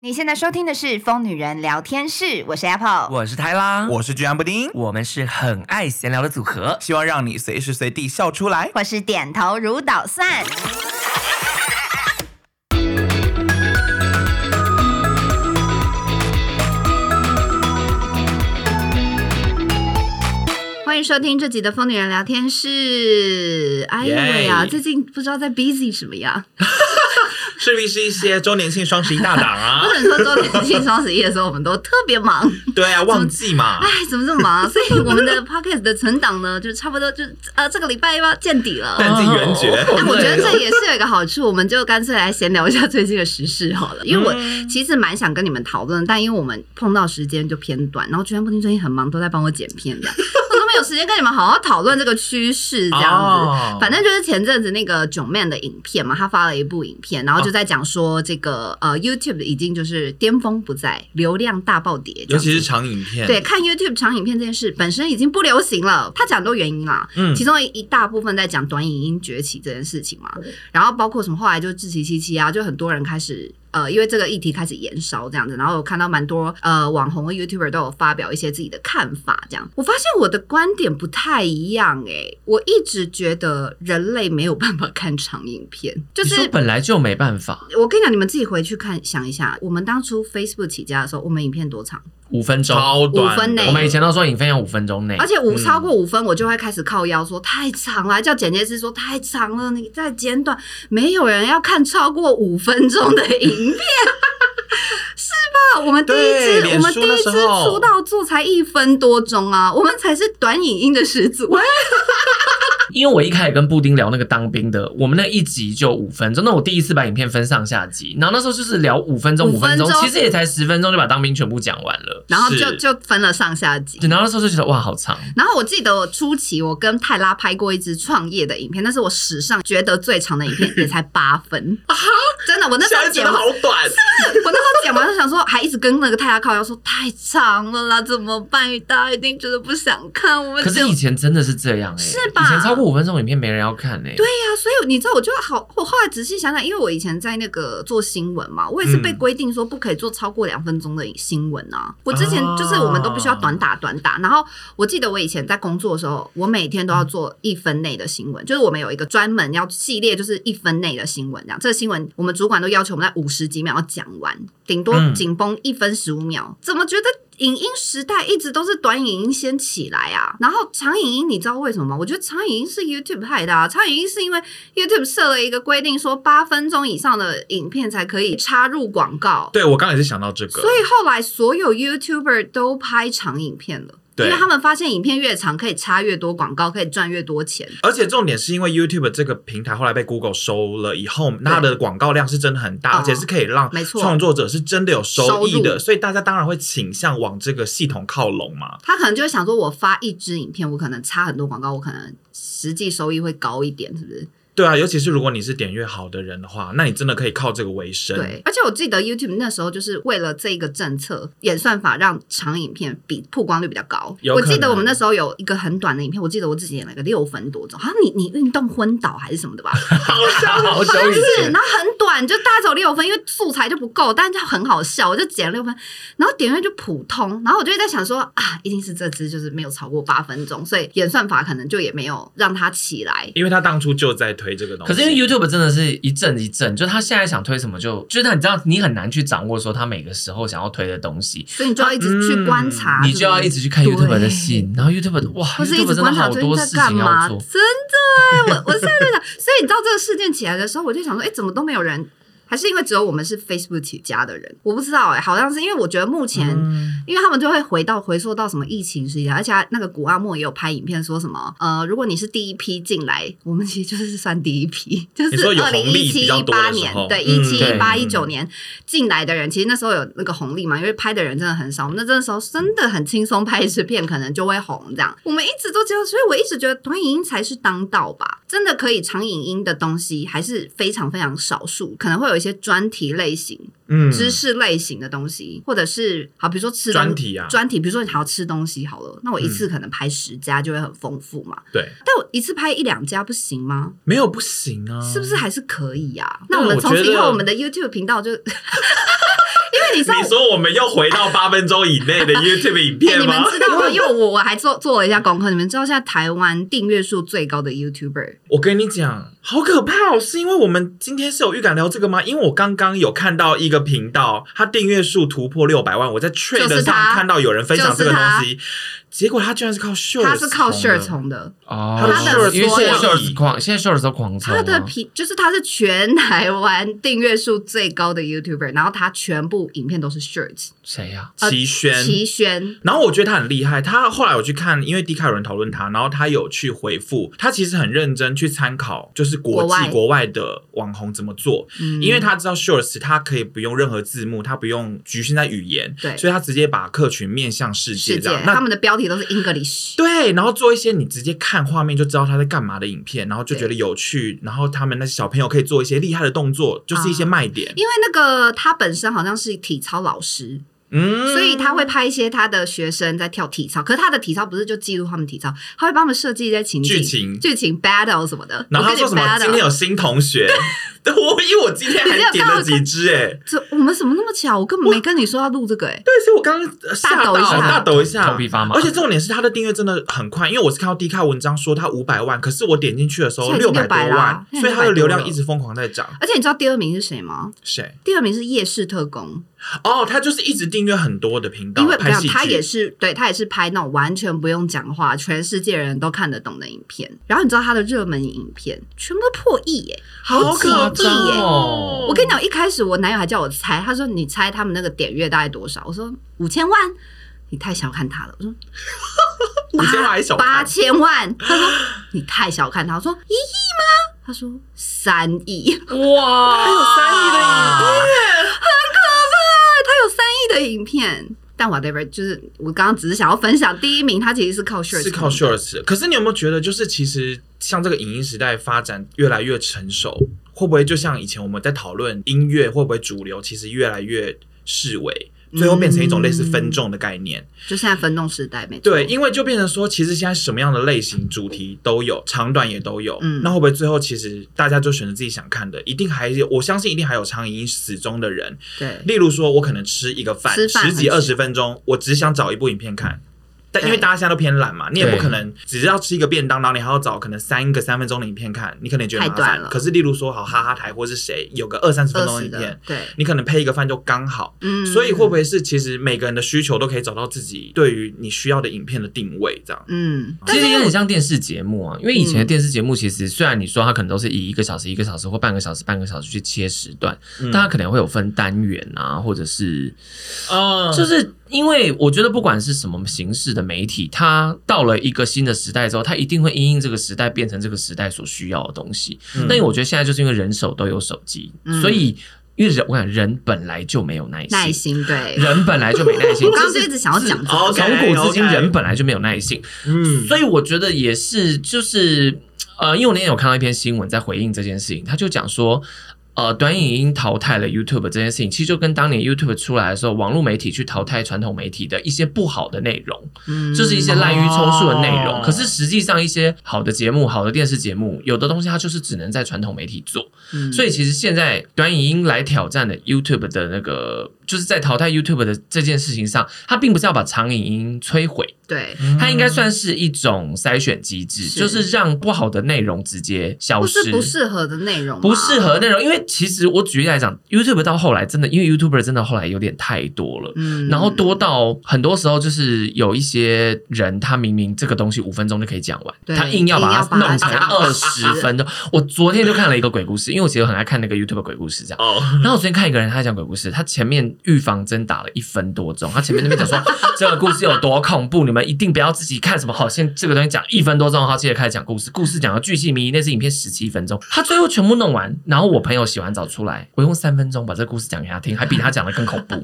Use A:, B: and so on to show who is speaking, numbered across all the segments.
A: 你现在收听的是《疯女人聊天室》，我是 Apple。
B: 我是泰拉，
C: 我是居安布丁，
B: 我们是很爱闲聊的组合。
C: 希望让你随时随地笑出来。
A: 或是点头如捣蒜。欢迎收听这集的《疯女人聊天室》。哎呀喂啊，
C: Yay
A: 最近不知道在 busy 什么样，
C: 势必是一些周年庆、双十一大档啊
A: 不能说周年庆、双十一的时候我们都特别忙。
C: 对啊，旺季嘛
A: 哎，怎么这么忙、啊？所以我们的 podcast 的存档呢，就差不多就呃这个礼拜要见底了。
C: 弹尽援绝
B: 哦
A: 但哎我觉得这
B: 对
A: 也是有一个好处，我们就干脆来闲聊一下最近的时事好了。因为我
C: 嗯
A: 其实蛮想跟你们讨论，但因为我们碰到时间就偏短，然后居然不听最近很忙，都在帮我剪片这样， 我都没有时间跟你们好好讨论这个趋势这样子。
C: 哦
A: 反正就是前阵子那个囧妹的影片嘛，她发了一部影片，然后就在讲说这个、
C: 哦
A: 呃 YouTube 已经就是巅峰不在，流量大暴跌这样子，
C: 尤其是长影片，
A: 对，看 YouTube 长影片这件事本身已经不流行了，他讲很多原因啦，
C: 嗯
A: 其中一大部分在讲短影音崛起这件事情嘛，然后包括什么后来就自欺欺欺啊，就很多人开始。呃，因为这个议题开始延烧这样子，然后我看到蛮多呃网红和 YouTuber 都有发表一些自己的看法，这样我发现我的观点不太一样诶、我一直觉得人类没有办法看长影片，就
B: 你
A: 是
B: 说本来就没办法，
A: 我跟你讲，你们自己回去看想一下，我们当初 Facebook 起家的时候，我们影片多长？
B: 五分钟。
C: 超短的，
A: 五分内
B: 我们以前都说影片要五分钟内
A: 而，且五
C: 嗯
A: 超过五分，我就会开始靠腰说太长了，叫剪接师说太长了，你再剪短。没有人要看超过五分钟的影片， 是吧？我们第一
C: 对
A: 支，我们第
C: 脸书
A: 一
C: 那时
A: 支
C: 候
A: 出道做才一分多钟啊，我们才是短影音的始祖。
B: 因为我一开始跟布丁聊那个当兵的，我们那一集就五分钟，那我第一次把影片分上下集，然后那时候就是聊五分钟，
A: 五
B: 五
A: 分
B: 分
A: 钟
B: 钟，其实也才十分钟就把当兵全部讲完了。
A: 然后就是就分了上下集
B: 对。然后那时候就觉得哇，好长，
A: 然后我记得我初期我跟泰拉拍过一支创业的影片，那是我史上觉得最长的影 片，也才八分。真的，我那时
C: 啊
A: 候
C: 现在
A: 剪
C: 真的
A: 完
C: 好短，
A: 我那时候讲完就想说，还一直跟那个太太靠腰说太长了啦，怎么办？大家一定觉得不想看，我们
B: 可
A: 就是
B: 以前真的是这样哎、
A: 是吧
B: 以前超过五分钟影片没人要看哎、
A: 对呀、所以你知道，我就好，我后来仔细想想，因为我以前在那个做新闻嘛，我也是被规定说不可以做超过两分钟的新闻啊。我之前就是我们都必须要短打短打，然后我记得我以前在工作的时候，我每天都要做一分内的新闻，就是我们有一个专门要系列，就是一分内的新闻这样。这个新闻我们主管都要求我们在五十几秒要讲完，顶多
B: 嗯
A: 紧绷一分十五秒。怎么觉得？影音时代一直都是短影音先起来啊，然后长影音你知道为什么吗？我觉得长影音是 YouTube 害的啊，长影音是因为 YouTube 设了一个规定，说八分钟以上的影片才可以插入广告，
C: 对我刚才是想到这个，
A: 所以后来所有 YouTuber 都拍长影片了。因
C: 对
A: 为他们发现影片越长，可以插越多广告，可以赚越多钱。
C: 而且重点是因为 YouTube 这个平台后来被 Google 收了以后，那它的广告量是真的很
A: 哦
C: 大，而且是可以让
A: 没错
C: 创作者是真的有收益
A: 收入
C: 的，所以大家当然会倾向往这个系统靠拢嘛。
A: 他可能就会想说，我发一支影片，我可能插很多广告，我可能实际收益会高一点，是不是？
C: 对啊，尤其是如果你是点阅好的人的话，那你真的可以靠这个为生。
A: 对，而且我记得 YouTube 那时候就是为了这一个政策演算法，让长影片比曝光率比较高。
C: 有
A: 我
C: 可
A: 记得我们
C: 能
A: 那时候有一个很短的影片，我记得我自己演了个六分多钟，好像啊你你运动昏倒还是什么的吧，
C: 好
A: 啊
C: 笑，好
A: 但
C: 久以
A: 是
C: 前
A: 然。后很短，就大家只有六分，因为素材就不够，但是就很好笑，我就剪了六分，然后点阅就普通，然后我就会在想说啊，一定是这支就是没有超过八分钟，所以演算法可能就也没有让它起来。
C: 因为他当初就在推这个东西，
B: 可是因为 YouTube 真的是一阵一阵，就他现在想推什么就，就是他你知道你很难去掌握说他每个时候想要推的东西，
A: 所以你就要一直去
C: 嗯
A: 观察，
B: 你
A: 是
B: 就要
A: 不是
B: 一直去看
A: 啊对
B: YouTube 的信，然后 YouTube 的哇
A: 或是一
B: ，YouTube
A: 直
B: 真的
A: 观察
B: 好
A: 最
B: 多
A: 近在
B: 事
A: 干
B: 情
A: 嘛？
B: 要
A: 真的
B: 做。
A: 哎、我我 现在在想，所以你知道这个事件起来的时候，我就想说，哎、怎么都没有人？还是因为只有我们是 Facebook 起家的人？我不知道哎、好像是因为我觉得目前、
C: 嗯
A: 因为他们就会回到回溯到什么疫情时期，而且他那个古阿莫也有拍影片说什么，呃，如果你是第一批进来，我们其实就是算第一批， 就
C: 你
A: 是
C: 说有
A: 二零
C: 红利
A: 一七
C: 比
A: 一
C: 较多
A: 八
C: 的时
A: 年
C: 候，
A: 对
C: 嗯
A: 一七一八
C: 对
A: 一九年进来的人，其实那时候有那个红利嘛，因为拍的人真的很少，我们那那时候真的很轻松拍一支片，可能就会红这样。我们一直都这样，所以我一直觉得短影音才是当道吧，真的可以长影音的东西还是非常非常少数，可能会有一些专题类型，
C: 嗯
A: 知识类型的东西，或者是好，比如说吃东
C: 专题啊嗯
A: 专题，比如说你好吃东西好了，那我一次可能拍十家就会很丰富嘛。
C: 对，
A: 但我一次拍一两家不行吗？
C: 没有不行啊，
A: 是不是还是可以呀、啊？
C: 对
A: 那我们
C: 我
A: 从此
C: 觉得
A: 以后，我们的 YouTube 频道就，因为且你知道
C: 你说我们又回到八分钟以 内的 YouTube 影
A: 哎
C: 片
A: 你们
C: 吗？
A: 知道吗？因为我我还做做了一下功课，你们知道现在台湾订阅数最高的 YouTuber
C: 我跟你讲，好可怕哦！是因为我们今天是有预感聊这个吗？因为我刚刚有看到一个频道，它订阅数突破六百万，我在 Trade
A: 是
C: 上
A: 他
C: 看到有人分享这个
A: 就
C: 东
A: 是他
C: 西，结果他居然是靠 Shorts，
A: 他是靠 share
C: 的
A: 冲的，
B: 哦，
C: 他
A: 的
B: 因为现在
A: 所
C: 有
B: shorts 狂，现在 shorts 都狂冲啊
A: 他的平就是他是全台湾订阅数最高的 YouTuber，然后他全部影片都是 shirts，
B: 谁呀？
C: 齐宣。
A: 呃齐轩。
C: 然后我觉得他很厉害，他后来我去看，因为 D 卡有人讨论他，然后他有去回复，他其实很认真去参考，就是国际
A: 国
C: 国
A: 外
C: 外的网红怎么做，
A: 嗯
C: 因为他知道 Shorts 他可以不用任何字幕，他不用局限在语言，
A: 对
C: 所以他直接把客群面向世
A: 世
C: 界这
A: 界
C: 样。
A: 他
C: 那
A: 们的标题都是 English，
C: 对，然后做一些你直接看画面就知道他在干嘛的影片，然后就觉得有趣，然后他们那些小朋友可以做一些厉害的动作，就是一些卖点。
A: 因为那个他本身好像是体操老师，
C: 嗯，
A: 所以他会拍一些他的学生在跳体操，可是他的体操不是就记录他们体操，他会帮他们设计一些情景
C: 剧情
A: 剧情 battle 什么的。
C: 然后
A: 我跟
C: 他
A: 你
C: 说什么
A: battle
C: 今天有新 同学，对，我因为我今天
A: 你没有
C: 还点
A: 看
C: 了
A: 到
C: 几支哎、欸，
A: 这我们怎么那么巧？我根本没跟你说要录这个哎、
C: 对，所以我刚刚呃吓到
A: 抖一下
C: 大抖一下，
B: 头皮发麻
C: 而且重点是他的订阅真的很快，因为我是看到 D 卡文章说他五百万，可是我点进去的时候
A: 现在已经
C: 六百多
A: 600啦
C: 万，
A: 现在
C: 所以他的
A: 600
C: 流
A: 多
C: 量
A: 了
C: 一直疯狂在涨。
A: 而且你知道第二名是谁吗？
C: 谁？
A: 第二名是夜市特工，
C: 哦，他就是一直订阅很多的频道，
A: 因为没
C: 哦拍
A: 有
C: 戏剧
A: 他也是对他也是拍那种完全不用讲话，全世界人都看得懂的影片。然后你知道他的热门影片全部都破亿欸耶、
C: 好
A: 几
C: 可
A: 亿耶、
C: 怕
B: 哦
A: 我跟你讲，一开始我男友还叫我猜，他说你猜他们那个点阅大概多少？我说五千万，你太小看他了。我说
C: 五千万还小
A: 八
C: 看，
A: 千万，他说你太小看他。我说一亿吗？他说三亿，
B: 哇，啊还有
C: 三
B: 亿的
A: 他有三亿的影片。但 whatever，就是我刚刚只是想要分享，第一名他其实是靠 short，
C: 是靠 Shorts。可是你有没有觉得，就是其实像这个影音时代发展越来越成熟，会不会就像以前我们在讨论音乐会不会主流，其实越来越视为。最后变成一种类似分众的概念，
A: 就现在分众时代没错
C: 对，因为就变成说，其实现在什么样的类型主题都有，长短也都有，
A: 嗯
C: 那会不会最后其实大家就选择自己想看的？一定还有，我相信一定还有苍蝇死忠的人，
A: 对
C: 例如说，我可能吃一个饭
A: 吃饭
C: 十几
A: 很
C: 二
A: 吃
C: 十分钟，我只想找一部影片看。但因为
A: 对
C: 大家现在都偏懒嘛，你也不
B: 对
C: 可能只是要吃一个便当，然后你还要找可能三个三分钟的影片看，你可能也觉得
A: 太
C: 麻
A: 短
C: 烦
A: 了
C: 可是例如说，好哈哈台或是谁有个二三十分钟
A: 二十
C: 的影
A: 的
C: 片，
A: 对，
C: 你可能配一个饭就刚好。
A: 嗯
C: 所以会不会是其实每个人的需求都可以找到自己对于你需要的影片的定位这样？
A: 嗯，但
B: 其
A: 是因
B: 实也
A: 为
B: 很
A: 我嗯
B: 像电视节目啊，因为以前的电视节目其实虽然你说它可能都是以一个小时、一个小时或半个小时、半个小时去切时段，
C: 嗯
B: 但它可能会有分单元啊，或者是
C: 嗯
B: 就是因为我觉得不管是什么形式的媒体，它到了一个新的时代之后，它一定会因应这个时代变成这个时代所需要的东西。
C: 嗯
B: 那、我觉得现在就是因为人手都有手机，
A: 嗯
B: 所以因为人我想人本来就没有耐心，
A: 耐心对。
B: 人本来就没耐心。
A: 我刚刚
B: 这
A: 就一直想要讲这个
C: 哦，OK，
B: 从古至今
C: OK
B: 人本来就没有耐心，
C: 嗯
B: 所以我觉得也是，就是呃，因为我那天有看到一篇新闻在回应这件事情，他就讲说。呃，短影音淘汰了 YouTube 这件事情，其实就跟当年 YouTube 出来的时候，网络媒体去淘汰传统媒体的一些不好的内容，
A: 嗯
B: 就是一些滥竽充数的内容。
C: 哦
B: 可是实际上，一些好的节目、好的电视节目，有的东西它就是只能在传统媒体做。
A: 嗯
B: 所以其实现在短影音来挑战的 YouTube 的那个，就是在淘汰 YouTube 的这件事情上，它并不是要把长影音摧毁，
A: 对，
B: 它应该算是一种筛选机制，
A: 嗯是
B: 就是让不好的内容直接消
A: 不
B: 失，
A: 是不适合的内容吗，啊
B: 不适合内容。因为其实我举例来讲，YouTube 到后来真的，因为 YouTuber 真的后来有点太多了。
A: 嗯，
B: 然后多到很多时候，就是有一些人，他明明这个东西五分钟就可以讲完，
A: 对
B: 他硬要把它
A: 硬要把它
B: 弄成
A: 讲完
B: 二十分钟。我昨天就看了一个鬼故事，因为我其实很爱看那个 YouTube 鬼故事，这样。
C: 哦，
B: 然后我昨天看一个人，他讲鬼故事，他前面预防针打了一分多钟，他前面那边讲说 这个故事有多恐怖，你们一定不要自己看什么好，先这个东西讲一分多钟，他接着开始讲故事，故事讲到巨细靡遗，那是影片十七分钟，他最后全部弄完，然后我朋友洗完澡出来，我用三分钟把这个故事讲给他听，还比他讲的更恐怖。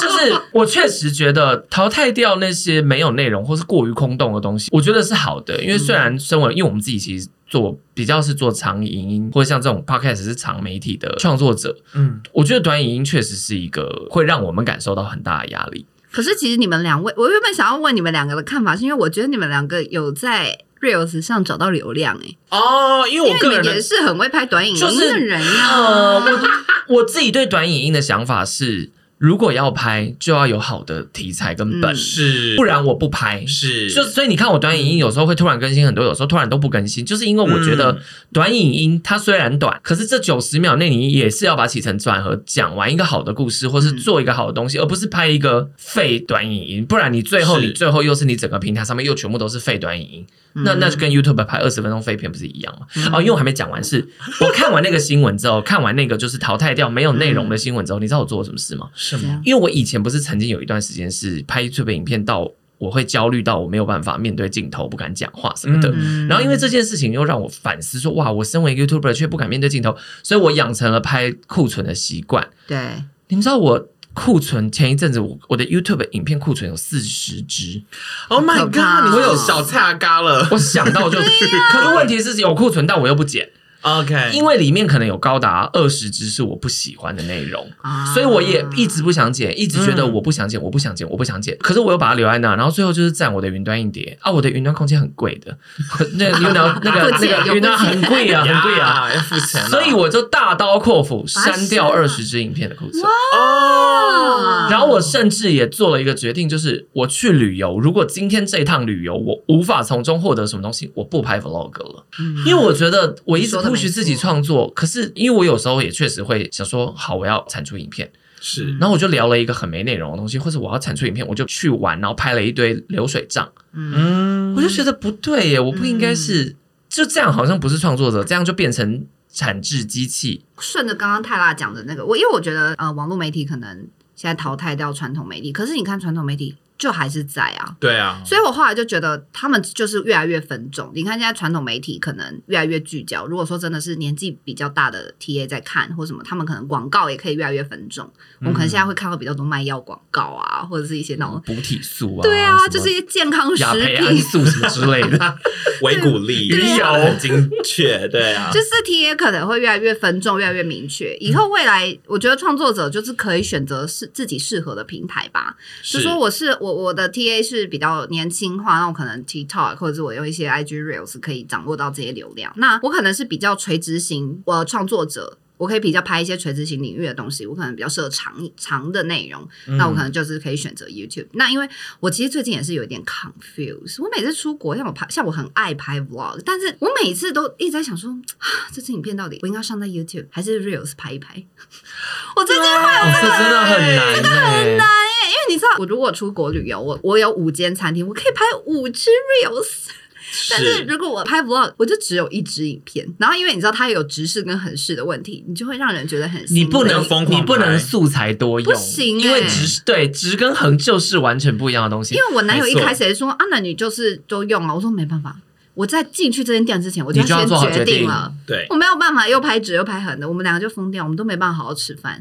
B: 就是我确实觉得淘汰掉那些没有内容或是过于空洞的东西，我觉得是好的。因为虽然身为，因为我们自己其实做比较是做长影音，或者像这种 podcast 是长媒体的创作者，
C: 嗯，
B: 我觉得短影音确实是一个会让我们感受到很大的压力。
A: 可是其实你们两位，我原本想要问你们两个的看法，是因为我觉得你们两个有在。 Reels 上找到流量哎、
C: 哦，因为我
A: 因
C: 个
A: 为
C: 人
A: 你也
C: 的啊
A: 是啊很会拍短影音
B: 就是
A: 的人呀、
B: 呃， 我我自己对短影音的想法是，如果要拍，就要有好的题材跟本，
A: 嗯
C: 是
B: 不然我不拍。
C: 是
B: 就所以你看，我短影音有时候会突然更新很多，有时候突然都不更新，就是因为我觉得
C: 嗯
B: 短影音它虽然短，可是这九十秒内你也是要把起承转合讲完一个好的故事，或是
A: 嗯
B: 做一个好的东西，而不是拍一个废短影音，不然你最后
C: 是
B: 你最后又是你整个平台上面又全部都是废短影音，那
A: 嗯
B: 那就跟 YouTube 拍二十分钟废片不是一样吗？
A: 嗯
B: 哦，因为我还没讲完是，我看完那个新闻之后， 看完那个就是淘汰掉没有内
A: 嗯
B: 容的新闻之后，你知道我做了什么事吗？
C: 什
A: 怎
C: 么
A: 样？
B: 因为我以前不是曾经有一段时间是拍 YouTube 影片到我会焦虑到我没有办法面对镜头，不敢讲话什么的。
C: 嗯
B: 然后因为这件事情又让我反思说，哇，我身为 YouTuber 却不敢面对镜头，所以我养成了拍库存的习惯。
A: 对，
B: 你们知道我库存前一阵子我我的 YouTube 影片库存有四十支，
C: ？Oh my
A: 可怕
C: god！你
A: 哦
C: 会有小菜啊嘎了
B: 我想到就，可是问题是有库存，但我又不剪，
C: ？OK，
B: 因为里面可能有高达二十支是我不喜欢的内容。
A: 啊嗯
B: 所以我也一直不想剪，一直觉得我不想剪，我不想剪，我不想剪。可是我又把它留在那，然后最后就是占我的云端硬碟啊，我的云端空间很贵的，那 云端那个
A: 不剪
B: 那
A: 有
B: 个
A: 不
B: 云端
A: 剪
B: 很 贵啊，很贵啊。
C: 呀，要付钱啊。
B: 所以我就大刀阔斧
A: 把它
B: 删掉
A: 删了
B: 二十支影片的库存，
A: 嗯
C: 哦，
B: 然后我甚至也做了一个决定，就是我去旅游，如果今天这一趟旅游我无法从中获得什么东西，我不拍 vlog 了。
A: 嗯
B: 因为我觉得我一直
A: 你说的没
B: push 自己
A: 错
B: 创作，可是因为我有时候也确实会想说，好，我要产出影片，
C: 是
B: 然后我就聊了一个很没内容的东西，或者我要产出影片，我就去玩，然后拍了一堆流水账，
A: 嗯
C: 嗯
B: 我就觉得不对耶，我不应该是、就这样，好像不是创作者，这样就变成产制机器。
A: 顺着刚刚泰拉讲的那个，我因为我觉得呃，网络媒体可能现在淘汰掉传统媒体，可是你看传统媒体就还是在啊。
C: 对啊，
B: 嗯
A: 所以我后来就觉得他们就是越来越分众。你看现在传统媒体可能越来越聚焦，如果说真的是年纪比较大的 TA 在看或什么，他们可能广告也可以越来越分众。我们可能现在会看到比较多卖药广告啊，或者是一些那种、
B: 补体素啊，
A: 对啊，
B: 什么
A: 就是一些健康食
B: 亚培
A: 品
B: 安，啊素什么之类的，哦
C: 维骨力
A: 对啊
C: 讲得很精确，对 啊，
A: 就是 TA 可能会越来越分众，越来越明确。以后未来，我觉得创作者就是可以选择是自己适合的平台吧。就说我是我我的 TA 是比较年轻化，那我可能 TikTok 或者是我用一些 IG Reels 可以掌握到这些流量。那我可能是比较垂直型，我创作者。我可以比较拍一些垂直型领域的东西，我可能比较适合长长的内容，
B: 嗯
A: 那我可能就是可以选择 YouTube。那因为我其实最近也是有一点 confuse，我每次出国，像我拍，像我很爱拍 vlog，但是我每次都一直在想说，啊，这支影片到底我应该上在 YouTube 还是 Reels 拍一拍？ 我最近会
B: 哦，这真的很难、欸，很难。
A: 啊因为你知道，我如果出国旅游，我我有五间餐厅，我可以拍五支 reels。但 是
C: 是
A: 如果我拍 vlog，我就只有一支影片。然后因为你知道它有直视跟横视的问题，你就会让人觉得很
B: 你不能
A: 心
C: 要疯狂
B: 你不能
C: 拍
B: 素材多用，
A: 不行
B: 因为
A: 欸
B: 直对直跟横就是完全不一样的东西
A: 累因。为我男友一
C: 没错
A: 开始也说啊，那你就是都用啊了。我说没办法，我在进去这间店之前，我
B: 你就要
A: 先
B: 做好
A: 决
B: 决定
A: 了。
C: 对
A: 我没有办法又拍直又拍横的，我们两个就疯掉，我们都没办法好好吃饭。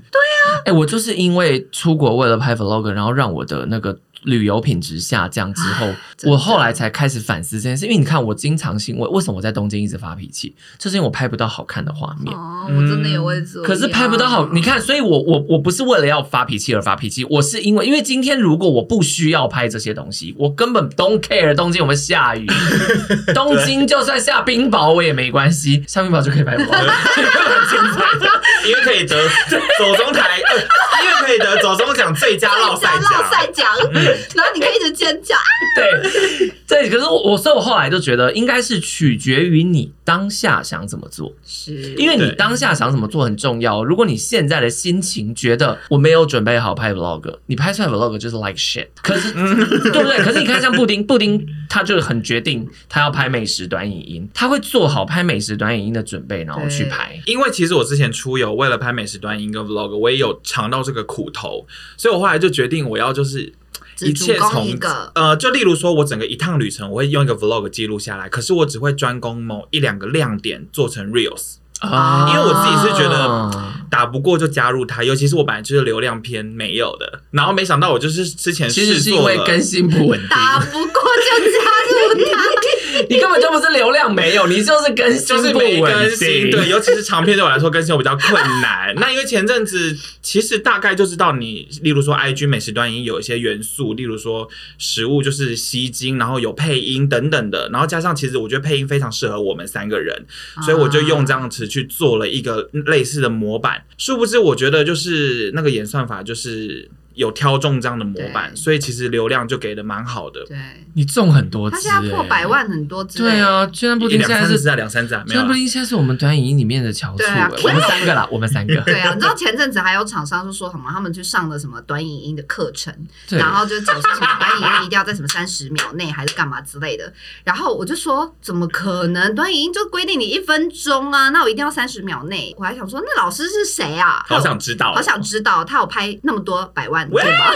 B: 哎、我就是因为出国为了拍 vlog，然后让我的那个旅游品质下降之后，
A: 啊真的
B: 我后来才开始反思这件事。因为你看，我经常性为为什么我在东京一直发脾气，就是因为我拍不到好看的画面。
A: 哦，
C: 嗯
A: 我真的也会做，
B: 可是拍不到好，你看，所以我我我不是为了要发脾气而发脾气，我是因为因为今天如果我不需要拍这些东西，我根本 don't care 东京有没有 下雨，东京就算下冰雹我也没关系，下冰雹就可以拍 vlog，
C: 因为可以得走中台，呃因为可以得走中奖最佳
A: 绕
C: 落赛
A: 绕赛
C: 奖，
A: 奖， 然后你可以一直尖 叫。
B: 对，对，可是我，我所以我后来就觉得，应该是取决于你当下想怎么做，
A: 是，
B: 因为你
C: 对
B: 当下想怎么做很重要。哦如果你现在的心情觉得我没有准备好拍 vlog，你拍出来 vlog 就是 like shit，可 是对不对？可是你看，像布丁，布丁他就是很决定他要拍美食短影音，他会做好拍美食短影音的准备，然后去
A: 对
B: 拍。
C: 因为其实我之前出游，为了拍美食端音跟 vlog，我也有尝到这个苦头，所以我后来就决定我要就是。
A: 只
C: 一切
A: 主攻
C: 从
A: 一个
C: 呃，就例如说，我整个一趟旅程，我会用一个 vlog 记录下来，可是我只会专攻某一两个亮点做成 reels，
A: 啊
C: 因为我自己是觉得
B: 啊
C: 打不过就加入它，尤其是我本来就是流量偏没有的，然后没想到我就是之前
B: 其实
C: 试
B: 是
C: 做
B: 因为
C: 了
B: 更新不稳定。
A: 打不过就加入他。
B: 你根本就不是流量没有，你就是更新
C: 就是
B: 不
C: 没更
B: 稳
C: 新，
B: 定。
C: 对，尤其是长片对我来说更新我比较困难。 那因为前阵子其实大概就知道你，例如说 IG 美食端已经有一些元素，例如说食物就是吸睛，然后有配音等等的，然后加上其实我觉得配音非常适合我们三个人，所以我就
B: 啊
C: 用这样子去做了一个类似的模板。殊不知，我觉得就是那个演算法就是。有挑中这样的模板，
A: 对
C: 所以其实流量就给的蛮好的，
A: 对，
B: 你中很多
A: 他
B: 支、
A: 现在破
B: 欸
A: 百。万很多之类
B: 对啊，居然布
C: 一
B: 丁现
C: 两
B: 在
C: 三
B: 是
C: 只啊，两三只啊，
B: 居
C: 没有
B: 然布
C: 啦。
B: 丁现在是我们短影音里面的翘楚、
A: 对
B: 欸。
A: 啊
B: 我们三个啦，我们三 个。
A: 对啊，你知道前阵子还有厂商就说什么，他们去上了什么短影音的课程，
B: 对
A: 然后就解释什么短影音一定要在什么三十秒内还是干嘛之类的。然后我就说，怎么可能？短影音就规定你一分钟啊，那我一定要三十秒内。我还想说，那老师是谁啊？
C: 好想知道哦，
A: 好想知道，他有拍那么多百万对
C: 喂
A: 吗？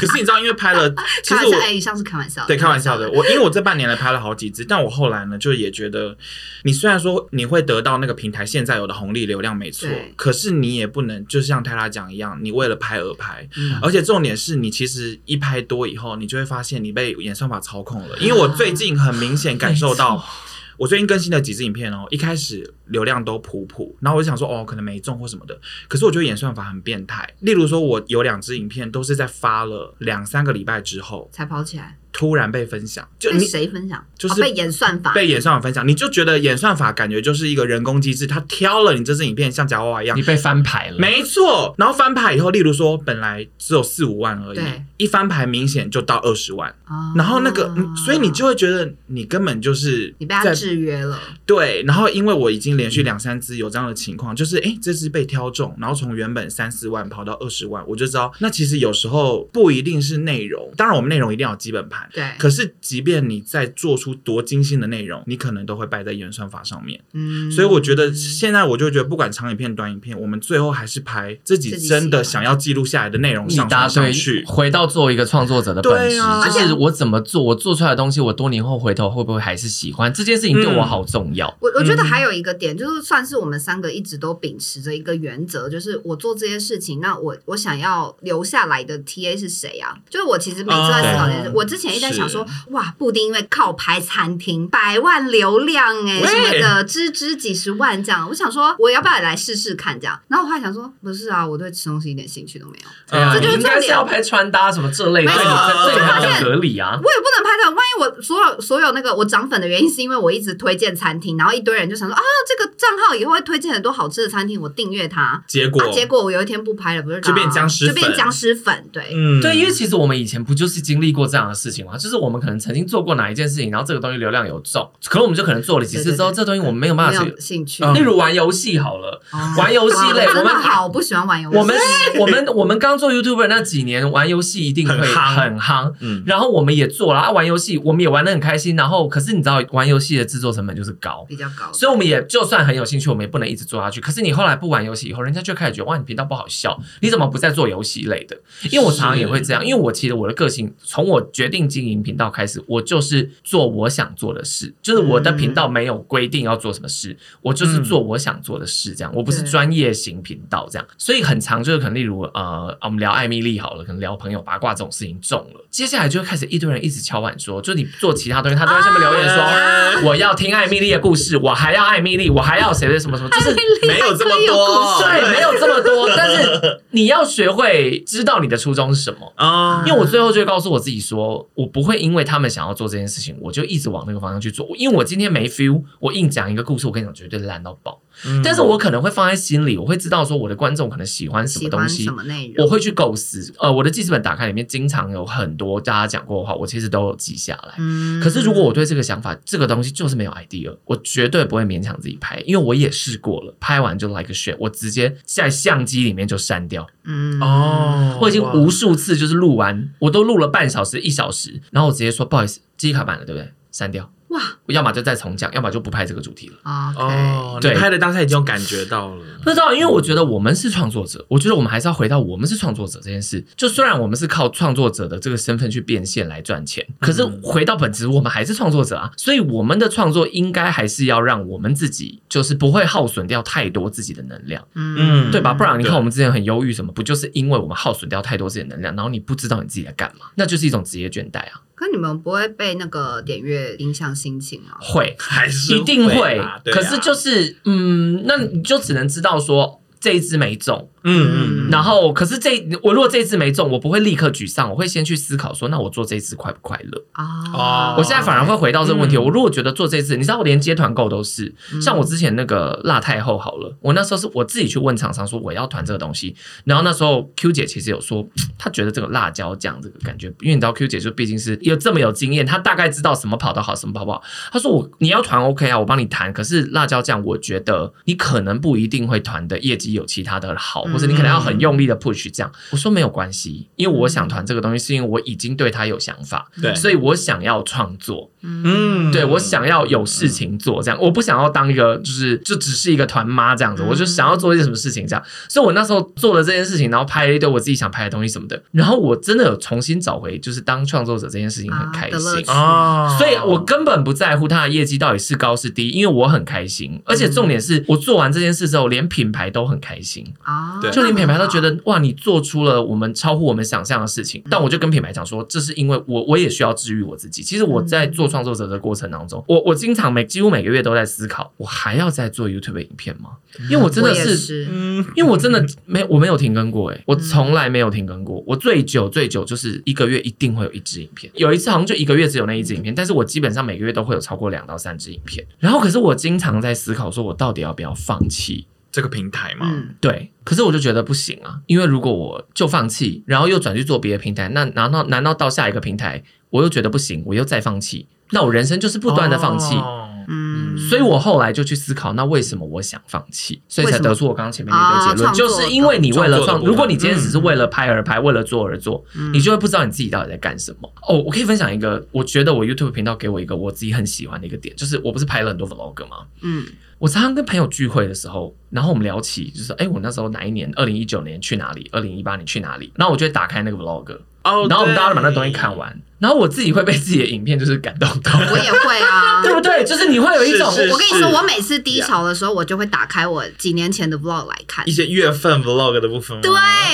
C: 可是你知道，因为拍了，其
A: 开
C: 实
A: 玩笑，
C: 我
A: 哎，以上是开玩笑的，
C: 对开玩笑的。我因为我这半年来拍了好几支，但我后来呢，就也觉得，你虽然说你会得到那个平台现在有的红利流量没错
A: 对，
C: 可是你也不能就像泰拉讲一样，你为了拍而拍。
A: 嗯
C: 而且重点是你其实一拍多以后，你就会发现你被演算法操控了。因为我最近很明显感受
B: 没
A: 啊
C: 到
B: 错，
C: 我最近更新了几支影片哦，一开始流量都普普，然后我就想说哦，可能没中或什么的。可是我觉得演算法很变态，例如说我有两支影片都是在发了两三个礼拜之后，
A: 才跑起来，
C: 突然被分享，就
A: 被
C: 你
A: 谁分享？
C: 就是
A: 哦被演算法。
C: 被演算法分享，你就觉得演算法感觉就是一个人工机制，它挑了你这支影片像夹娃娃一样
B: 你。被翻牌了。
C: 没错，然后翻牌以后，例如说本来只有四五万而已
A: 对，
C: 一翻牌明显就到二十万，
A: 哦
C: 然后那个，嗯所以你就会觉得你根本就是
A: 你被他
C: 在
A: 制约了，
C: 对，然后因为我已经连续两三支有这样的情况，就是诶这支被挑中，然后从原本三四万跑到二十万，我就知道那其实有时候不一定是内容，当然我们内容一定要有基本盘，
A: 对，
C: 可是，即便你在做出多精心的内容，你可能都会败在演算法上面。
A: 嗯，
C: 所以，我觉得现在我就觉得，不管长影片、短影片，我们最后还是拍自己
A: 自己
C: 真的
A: 喜欢
C: 想要记录下来的内容
B: 你
C: 上
B: 答
C: 传
B: 对
C: 上去，。
B: 回到做一个创作者的本
C: 对
B: 质，
C: 啊
B: 就是我怎么做，我做出来的东西，我多年后回头会不会还是喜欢这件事情，对我
C: 嗯
B: 好重要。
A: 我我觉得还有一个点，就是算是我们三个一直都秉持着一个原则，就是我做这些事情，那我我想要留下来的 TA 是谁啊？就是我其实每次都在思考这件事
C: 哦，
A: 我之前一直在想说，哇，布丁因为靠拍餐厅百万流量哎、
C: 喂
A: 什么的，支支几十万这样，我想说我要不要也来试试看这样？然后我后来想说，不是啊，我对吃东西一点兴趣都没有。
B: 对啊，
C: 嗯
A: 这就
B: 你
A: 是
B: 应该是
A: 重点
B: 要拍穿搭什么这类的，
A: 没
B: 这
A: 错
B: 个这
C: 我
B: 个
C: 就
B: 还
C: 发
B: 比
A: 现
B: 较合理啊。
A: 我也不能拍的，万一我所有所有那个我涨粉的原因是因为我一直推荐餐厅，然后一堆人就想说啊，这个账号以后会推荐很多好吃的餐厅，我订阅它。
C: 结果，
B: 哦
A: 啊，结果我有一天不拍了，不是
C: 就变僵尸
A: 就
C: 粉
A: 变僵尸粉，对，
C: 嗯，
B: 对，因为其实我们以前不就是经历过这样的事情吗？就是我们可能曾经做过哪一件事情，然后这个东西流量有中，可能我们就可能做了几次之后，
A: 对对对
B: 这东西我们没有办
A: 没
B: 法去
A: 有。兴趣。
C: 嗯
B: 例如玩游戏好了，
A: 哦
B: 玩游戏类
A: 哇真
B: 我
A: 的
B: 们
A: 好不喜欢玩游
C: 嗯
A: 戏，
B: 我们我们我们刚做 YouTuber 那几年，玩游戏一定会
C: 很夯
B: 很夯，
C: 嗯，
B: 然后我们也做了啊，玩游戏我们也玩得很开心。然后可是你知道，玩游戏的制作成本就是高，
A: 比较高，
B: 所以我们也就算很有兴趣，我们也不能一直做下去。可是你后来不玩游戏以后，人家就开始觉得哇，你频道不好笑，你怎么不再做游戏类的？因为我常常也会这样，因为我其实我的个性，从我决定经营频道开始，我就是做我想做的事，就是我的频道没有规定要做什么事，我就是做我想做的事，这样，我不是
A: 对
B: 专业型频道这样，所以很长就是可能例如呃，我们聊艾米丽好了，可能聊朋友八卦这种事情中了，接下来就会开始一堆人一直敲碗说，就你做其他东西，他都在下面留言说。
A: 啊
B: 我要听艾米丽的故事，我还要艾米丽，我还要谁谁什么 什么，就是
C: 没有这么
A: 有故
C: 多，
A: 事
B: 对，没有这么多，但是你要学会知道你的初衷是什么。
C: 啊，
A: 嗯
B: 因为我最后就会告诉我自己说，我不会因为他们想要做这件事情，我就一直往那个方向去做。因为我今天没 feel，我硬讲一个故事，我跟你讲绝对烂到爆。
C: 嗯
B: 但是我可能会放在心里，我会知道说我的观众可能喜欢什么
A: 喜
B: 东
A: 欢
B: 西
A: 什，么内
B: 我
A: 容？
B: 会去构思。呃，我的记事本打开里面经常有很多大家讲过的话，我其实都有记下来。
A: 嗯
B: 可是如果我对这个想法、这个东西就是没有 idea，我绝对不会勉强自己拍，因为我也试过了，拍完就 like a shit，我直接在相机里面就删掉。
A: 嗯，
C: 哦，
B: 我已经
C: 哇
B: 无数次就是录完，我都录了半小时、一小时，然后我直接说不好意思，记忆卡满了，对不对？删掉，
A: 哇
B: 我要么就再重讲，要么就不拍这个主题了。
A: ，OK，嗯
C: 哦，你
B: 哎对
C: 拍的当下已经有感觉到了，
B: 不知道，因为我觉得我们是创作者，我觉得我们还是要回到我们是创作者这件事。就虽然我们是靠创作者的这个身份去变现来赚钱，
C: 嗯
B: 可是回到本质，我们还是创作者啊。所以我们的创作应该还是要让我们自己，就是不会耗损掉太多自己的能量，
A: 嗯，
C: 嗯
B: 对吧？不然你看
C: 对
B: 我们之前很忧郁什么，不就是因为我们耗损掉太多自己的能量，然后你不知道你自己在干嘛，那就是一种职业倦怠啊。
A: 可你们不会被那个点阅影响心情吗？
B: 会，
C: 还是
B: 一定
C: 会
B: 会
C: 啦。对啊
B: 可是就是，嗯，那你就只能知道说这一支没中，
C: 嗯嗯嗯，
B: 然后可是这我如果这一支没中，我不会立刻沮丧，我会先去思考说，那我做这一支快不快乐？
A: 啊，
C: 哦
B: 我现在反而会回到这个问题。
C: 嗯
B: 我如果觉得做这次，你知道，我连接团购都是，
A: 嗯
B: 像我之前那个辣太后好了，我那时候是我自己去问厂商说我要团这个东西，然后那时候 Q 姐其实有说，她觉得这个辣椒酱这个感觉，因为你知道 Q 姐就毕竟是有这么有经验，她大概知道什么跑得好，什么跑不好。她说我你要团 OK 啊，我帮你谈，可是辣椒酱我觉得你可能不一定会团的业绩有其他的好，或者你可能要很用力的 push 这样。我说没有关系，因为我想团这个东西是因为我已经对它有想法，
C: 对，
B: 所以我想要创作。
C: 嗯，
B: 对我想要有事情做，这样我不想要当一个就是就只是一个团妈这样子，我
A: 嗯
B: 就想要做一些什么事情这样。所以我那时候做了这件事情，然后拍了一堆我自己想拍的东西什么的，然后我真的有重新找回就是当创作者这件事情很
A: 啊
B: 开
A: 的乐
B: 心
A: 趣。
C: 哦，
B: 所以我根本不在乎他的业绩到底是高是低，因为我很开心，而且重点
A: 嗯
B: 是我做完这件事之后，连品牌都很开心。
A: 啊，
C: 对
B: 就连品牌都觉得哇，你做出了我们超乎我们想象的事情。
A: 嗯
B: 但我就跟品牌讲说，这是因为我我也需要治愈我自己。其实我在做创作者的过程当
A: 嗯
B: 中，我我经常每几乎每个月都在思考，我还要再做 YouTube 影片吗？因为我
A: 嗯
B: 真
A: 我
B: 的
A: 也
B: 是。
A: 是，嗯
C: 嗯，
B: 因为我真的没我没有停更过诶、我从来没有停更过。我最久最久就是一个月一定会有一支影片，有一次好像就一个月只有那一支
A: 嗯
B: 影片，但是我基本上每个月都会有超过两到三支影片。然后可是我经常在思考，说我到底要不要放弃
C: 这个平台嘛，
A: 嗯，
B: 对，可是我就觉得不行啊，因为如果我就放弃，然后又转去做别的平台，那难道难道到下一个平台我又觉得不行，我又再放弃，那我人生就是不断的放弃。
C: 哦
A: 嗯，
B: 所以我后来就去思考，那为什么我想放弃？所以才
A: 为什么
B: 得出我刚刚前面的一个结论，
A: 啊创
B: 就
A: 作
B: 是因为你为了
C: 哦
B: 创，
C: 创作的部分嗯
B: 如果你今天只是为了拍而拍，为了做而做，
A: 嗯
B: 你就会不知道你自己到底在干什么。哦，我可以分享一个，我觉得我 YouTube 频道给我一个我自己很喜欢的一个点，就是我不是拍了很多 vlog 吗？
A: 嗯
B: 我常常跟朋友聚会的时候，然后我们聊起，就是哎、诶我那时候哪一年，二零一九年去哪里，二零一八年去哪里，然后我就会打开那个 vlog，
A: Oh，
C: 哦，
B: 然后我们大家都把那
C: 对
B: 东西看，完，然后我自己会被自己的影片就是感动到，。
A: 我也会啊
B: 对不对？就是你会有一种
C: 是
A: 我跟你说，
C: 是
A: 我每次低潮的时候，我就会打开我几年前的 vlog 来看
C: 一。些月份 vlog 的部分吗，
A: 对，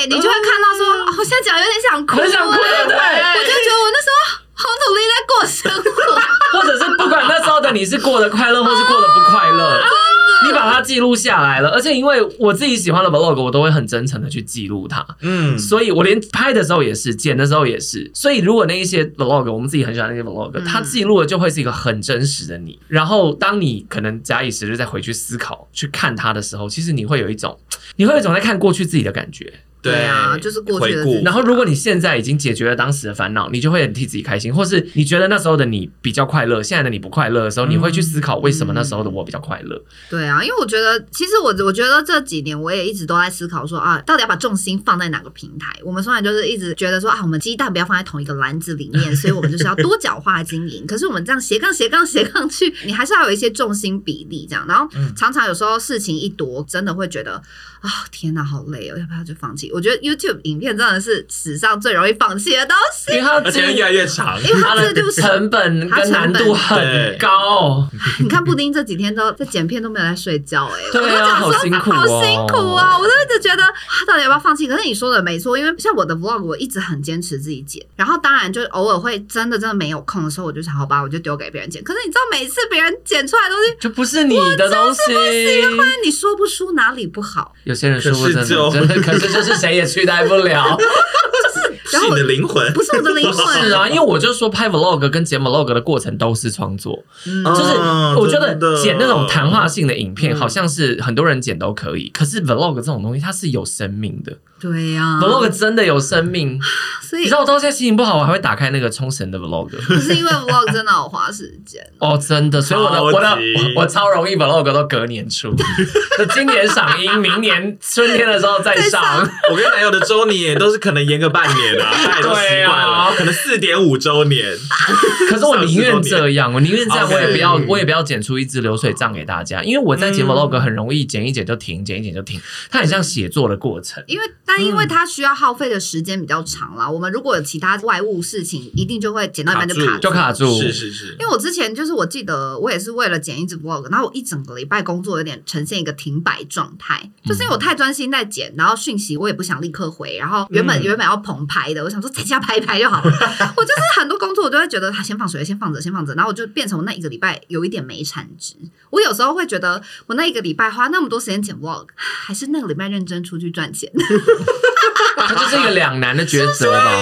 A: 你就会看到说，哦，我现在讲有点想哭，
B: 嗯很想哭，对不对？
A: 我就觉得我那时候好努力在过生活，
B: 或者是不管那时候的你是过得快乐，或是过得不快乐，你把它记录下来了。而且因为我自己喜欢的 vlog，我都会很真诚的去记录它。
C: 嗯，
B: 所以我连拍的时候也是，剪的时候也是。所以如果那一些 vlog，我们自己很喜欢那些 vlog，、
A: 嗯
B: 它记录的就会是一个很真实的你。然后当你可能假以时日再回去思考、去看它的时候，其实你会有一种，你会有一种在看过去自己的感觉。
A: 对啊，就是过去的自
C: 回
A: 己
C: 顾。
B: 然后如果你现在已经解决了当时的烦恼，你就会很替自己开心，或是你觉得那时候的你比较快乐，现在的你不快乐的时候，你会去思考为什么那时候的我比较快乐。
A: 对啊，因为我觉得，其实我我觉得这几年我也一直都在思考说啊，到底要把重心放在哪个平台？我们虽然就是一直觉得说啊，我们鸡蛋不要放在同一个篮子里 面，所以我们就是要多角化经营。可是我们这样斜杠斜杠斜杠去，你还是要有一些重心比例这样。然后常常有时候事情一多，真的会觉得啊，天哪，好累哦，要不要就放弃？我觉得 YouTube 影片真的是史上最容易放弃的东西
B: 因。为它
C: 而
B: 的
C: 且越来越长，
A: 因为
B: 它
A: 它
B: 的
A: 这就是
B: 成本
A: 它
B: 跟
A: 成
B: 难
A: 本
B: 度很
C: 对
B: 高，
A: 你看布丁这几天都在剪片都没有在睡觉 哎、欸，
B: 对啊
A: 我就想
B: 好
A: 说
B: 辛苦哦
A: 好辛苦啊！我都一直觉得啊到底要不要放弃？可是你说的没错，因为像我的 vlog，我一直很坚持自己剪，然后当然就偶尔会真的真的没有空的时候，我就想好吧，我就丢给别人剪。可是你知道每次别人剪出来的东西，
B: 就不是你的东西。嗯
A: 那你说不出哪里不好，
B: 有些人说不真
C: 可是就
B: 的，真的，可是就是谁也取代不 了。
C: 是
A: 然后
C: 你的灵魂，
A: 不是我的灵魂。
B: 是啊，因为我就说拍 vlog 跟剪 vlog 的过程都是创作，
A: 嗯
C: 哦
B: 就是我觉得
C: 真的
B: 剪那种谈话性的影片，
A: 嗯
B: 好像是很多人剪都可以，可是 vlog 这种东西它是有生命的
A: 对呀、
C: 啊
B: ，vlog 真的有生命。
A: 所
B: 你
A: 以
B: 知道我到现在心情不好，我还会打开那个冲绳的 vlog。
A: 不是因为 vlog 真的好花时间，
B: 哦，真的，所以我的
C: 超级
B: 我的我我超容易 vlog 都隔年 出，就今年赏樱，明年春天的时候再上。
C: 我跟男友的周年也都是可能延个半年的、啊，他也都习惯了，
B: 对啊
C: 可能四点五周年。
B: 可是我宁愿这样，我宁愿这 样，
C: OK
B: 我也不要，我也不要剪出一支流水账给大家，因为我在剪
C: 嗯
B: vlog 很容易剪一剪就停，剪一剪就停，它很像写作的过程。
A: 因为但因为它需要耗费的时间比较长啦，我们如果有其他外务事情，一定就会剪到一半就
C: 卡
A: 卡
C: 住
B: 就卡住，
C: 是是是
A: 因，为我之前就是我记得我也是为了剪一支 vlog，然后我一整个礼拜工作有点呈现一个停摆状态，就是因为我太专心在剪，然后讯息我也不想立刻回，然后原本、
C: 嗯
A: 原本要棚拍的，我想说在家拍一拍就好了。 我就是很多工作我都会觉得啊先放水，先放着，先放着，然后我就变成我那一个礼拜有一点没产值。我有时候会觉得我那一个礼拜花那么多时间剪 vlog，还是那个礼拜认真出去赚 钱，
B: 它就是一个两难的抉 择吧。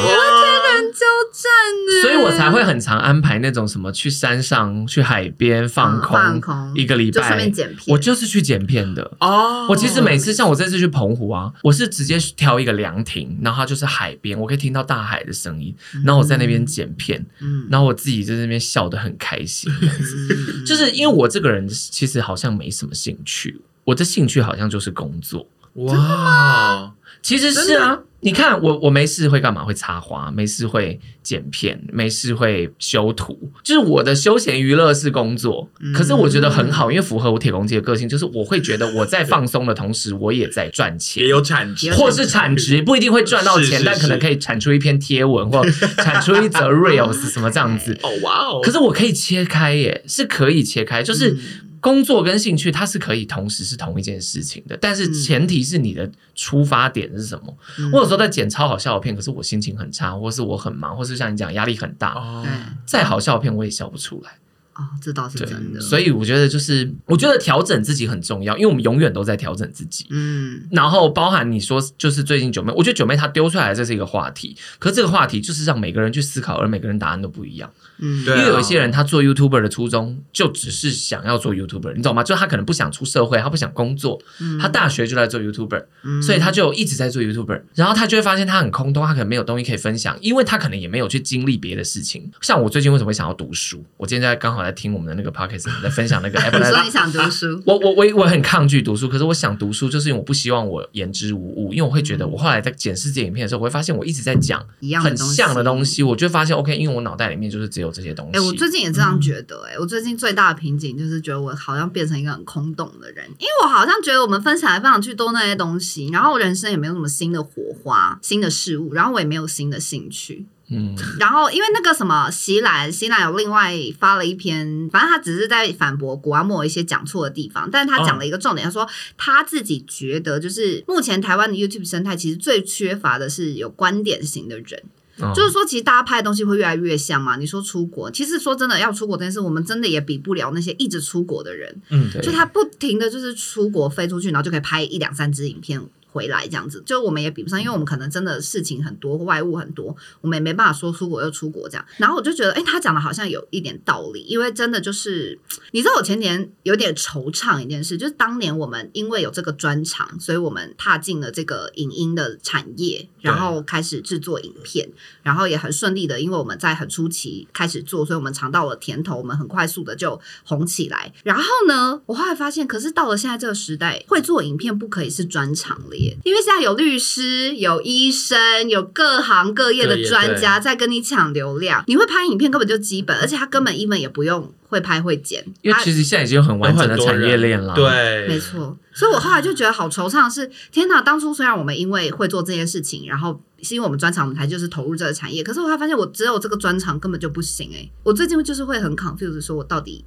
A: 人交战呢，
B: 所以我才会很常安排那种什么去山上、去海边放
A: 嗯
B: 空，
A: 放空
B: 一个礼
A: 就顺
B: 拜
A: 便，剪片，
B: 我就是去剪片的。
C: 哦
B: 我其实每次像我这次去澎湖啊，我是直接挑一个凉亭，然后它就是海边，我可以听到大海的声音，然后我在那边剪片，
A: 嗯，
B: 然后我自己在那边笑得很开心，这样子
A: 嗯
B: 就是因为我这个人其实好像没什么兴趣，我的兴趣好像就是工作。
C: 哇，
B: 其实是啊，你看我我没事会干嘛？会插花，没事会剪片，没事会修图，就是我的休闲娱乐是工作。
C: 嗯
B: 可是我觉得很好，因为符合我铁公鸡的个性，就是我会觉得我在放松的同时，我也在赚钱
C: 也。有产值，
B: 或是产值不一定会赚到
C: 是
B: 钱，
C: 是
B: 但可能
C: 是
B: 可以产出一篇贴文或产出一 则 reels 什么这样子。
C: 哦哇哦，
B: 可是我可以切开耶，是可以切开，就是
A: 嗯
B: 工作跟兴趣它是可以同时是同一件事情的，但是
A: 嗯
B: 前提是你的出发点是什么。
A: 嗯
B: 我有时候在剪超好笑的片，可是我心情很差，或是我很忙，或是像你讲压力很大，
C: 哦
A: 对。
B: 再好笑的片我也笑不出来。
A: 哦，这倒是
B: 对
A: 真的。
B: 所以我觉得就是，我觉得调整自己很重要，因为我们永远都在调整自己。
A: 嗯，
B: 然后包含你说，就是最近九妹，我觉得九妹她丢出来的这是一个话题，可这个话题就是让每个人去思考，而每个人答案都不一样。
A: 嗯，
C: 对啊
B: 因为有一些人他做 YouTuber 的初衷就只是想要做 YouTuber，你懂吗？就他可能不想出社会，他不想工作，
A: 嗯
B: 他大学就来做 YouTuber，、
A: 嗯
B: 所以他就一直在做 YouTuber，然后他就会发现他很空洞，他可能没有东西可以分享，因为他可能也没有去经历别的事情。像我最近为什么会想要读书？我今天在刚好在听我们的那个 podcast，我们在分享 那个 Apple
A: 你
B: Live
A: 说你想读书，
B: 我我我我很抗拒读书，可是我想读书，就是因为我不希望我言之无物，因为我会觉得我后来在检视自己影片的时候，我会发现我一直在讲
A: 一样的
B: 很
A: 东西
B: 像的东西，我就会发现 OK，因为我脑袋里面就是只有这些东西。
A: 哎、我最近也这样觉得、哎、我最近最大的瓶颈就是觉得我好像变成一个很空洞的人，因为我好像觉得我们分享来分享去都那些东西，然后我人生也没有什么新的火花、新的事物，然后我也没有新的兴趣。
B: 嗯，
A: 然后因为那个什么席兰，席兰有另外发了一篇，反正他只是在反驳古阿莫一些讲错的地方，但是他讲了一个重点，他说他自己觉得就是目前台湾的 YouTube 生态其实最缺乏的是有观点型的人，
B: 嗯
A: 就是说其实大家拍的东西会越来越像嘛。你说出国，其实说真的要出国这件事，我们真的也比不了那些一直出国的人，
C: 嗯，
B: 对
A: 就他不停的就是出国飞出去，然后就可以拍一两三支影片回来这样子。就我们也比不上，因为我们可能真的事情很多，外务很多，我们也没办法说出国就出国这样。然后我就觉得，哎、他讲的好像有一点道理，因为真的就是，你知道我前年有点惆怅一件事，就是当年我们因为有这个专长，所以我们踏进了这个影音的产业，然后开始制作影片。然后也很顺利的，因为我们在很初期开始做，所以我们尝到了甜头，我们很快速的就红起来。然后呢，我后来发现，可是到了现在这个时代，会做影片不可以是专长了耶，因为现在有律师、有医生、有各行各业
C: 对
A: 的
C: 也
A: 专家在跟你抢流量。你会拍影片根本就基本，而且他根本 even 也不用会拍会剪，
B: 因为
A: 他
B: 其实现在已经有很完整的
C: 有很多
B: 产
C: 人
B: 业链了，，
C: 对，
A: 没，错，所以我后来就觉得好惆怅的是，天哪！当初虽然我们因为会做这件事情，然后是因为我们专长，我们才就是投入这个产业，可是我还发现我只有这个专长根本就不行哎、我最近就是会很 confused，说我到底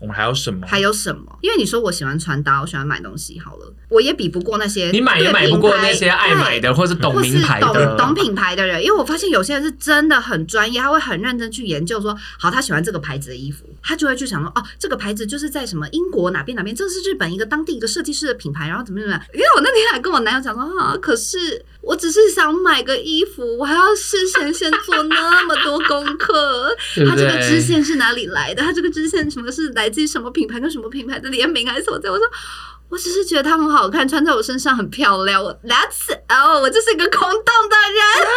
C: 我们还有什么？
A: 还有什么？因为你说我喜欢穿搭，我喜欢买东西，好了，我也比不过那些
B: 你买也
A: 对
B: 买不
A: 品
B: 过
A: 牌
B: 那些爱买。
A: 对
B: 的或是懂
A: 或是
B: 名牌
A: 懂
B: 的，
A: 懂品牌的人，因为我发现有些人是真的很专业，他会很认真去研究说，好，他喜欢这个牌子的衣服，他就会去想说，哦，这个牌子就是在什么英国哪边哪边，这是日本一个当地一个设计师的品牌，然后怎么怎么样。因为我那天还跟我男友讲说，啊，可是我只是想买个衣服，我还要事先先做那么多功课，
B: 对不
A: 它这个支
B: 对？
A: 线是哪里来的？它这个支线什么是来自于什么品牌跟什么品牌的联名还是什么的？我说，我只是觉得它很好看，穿在我身上很漂亮。我 That's all，我就是一个空洞的人。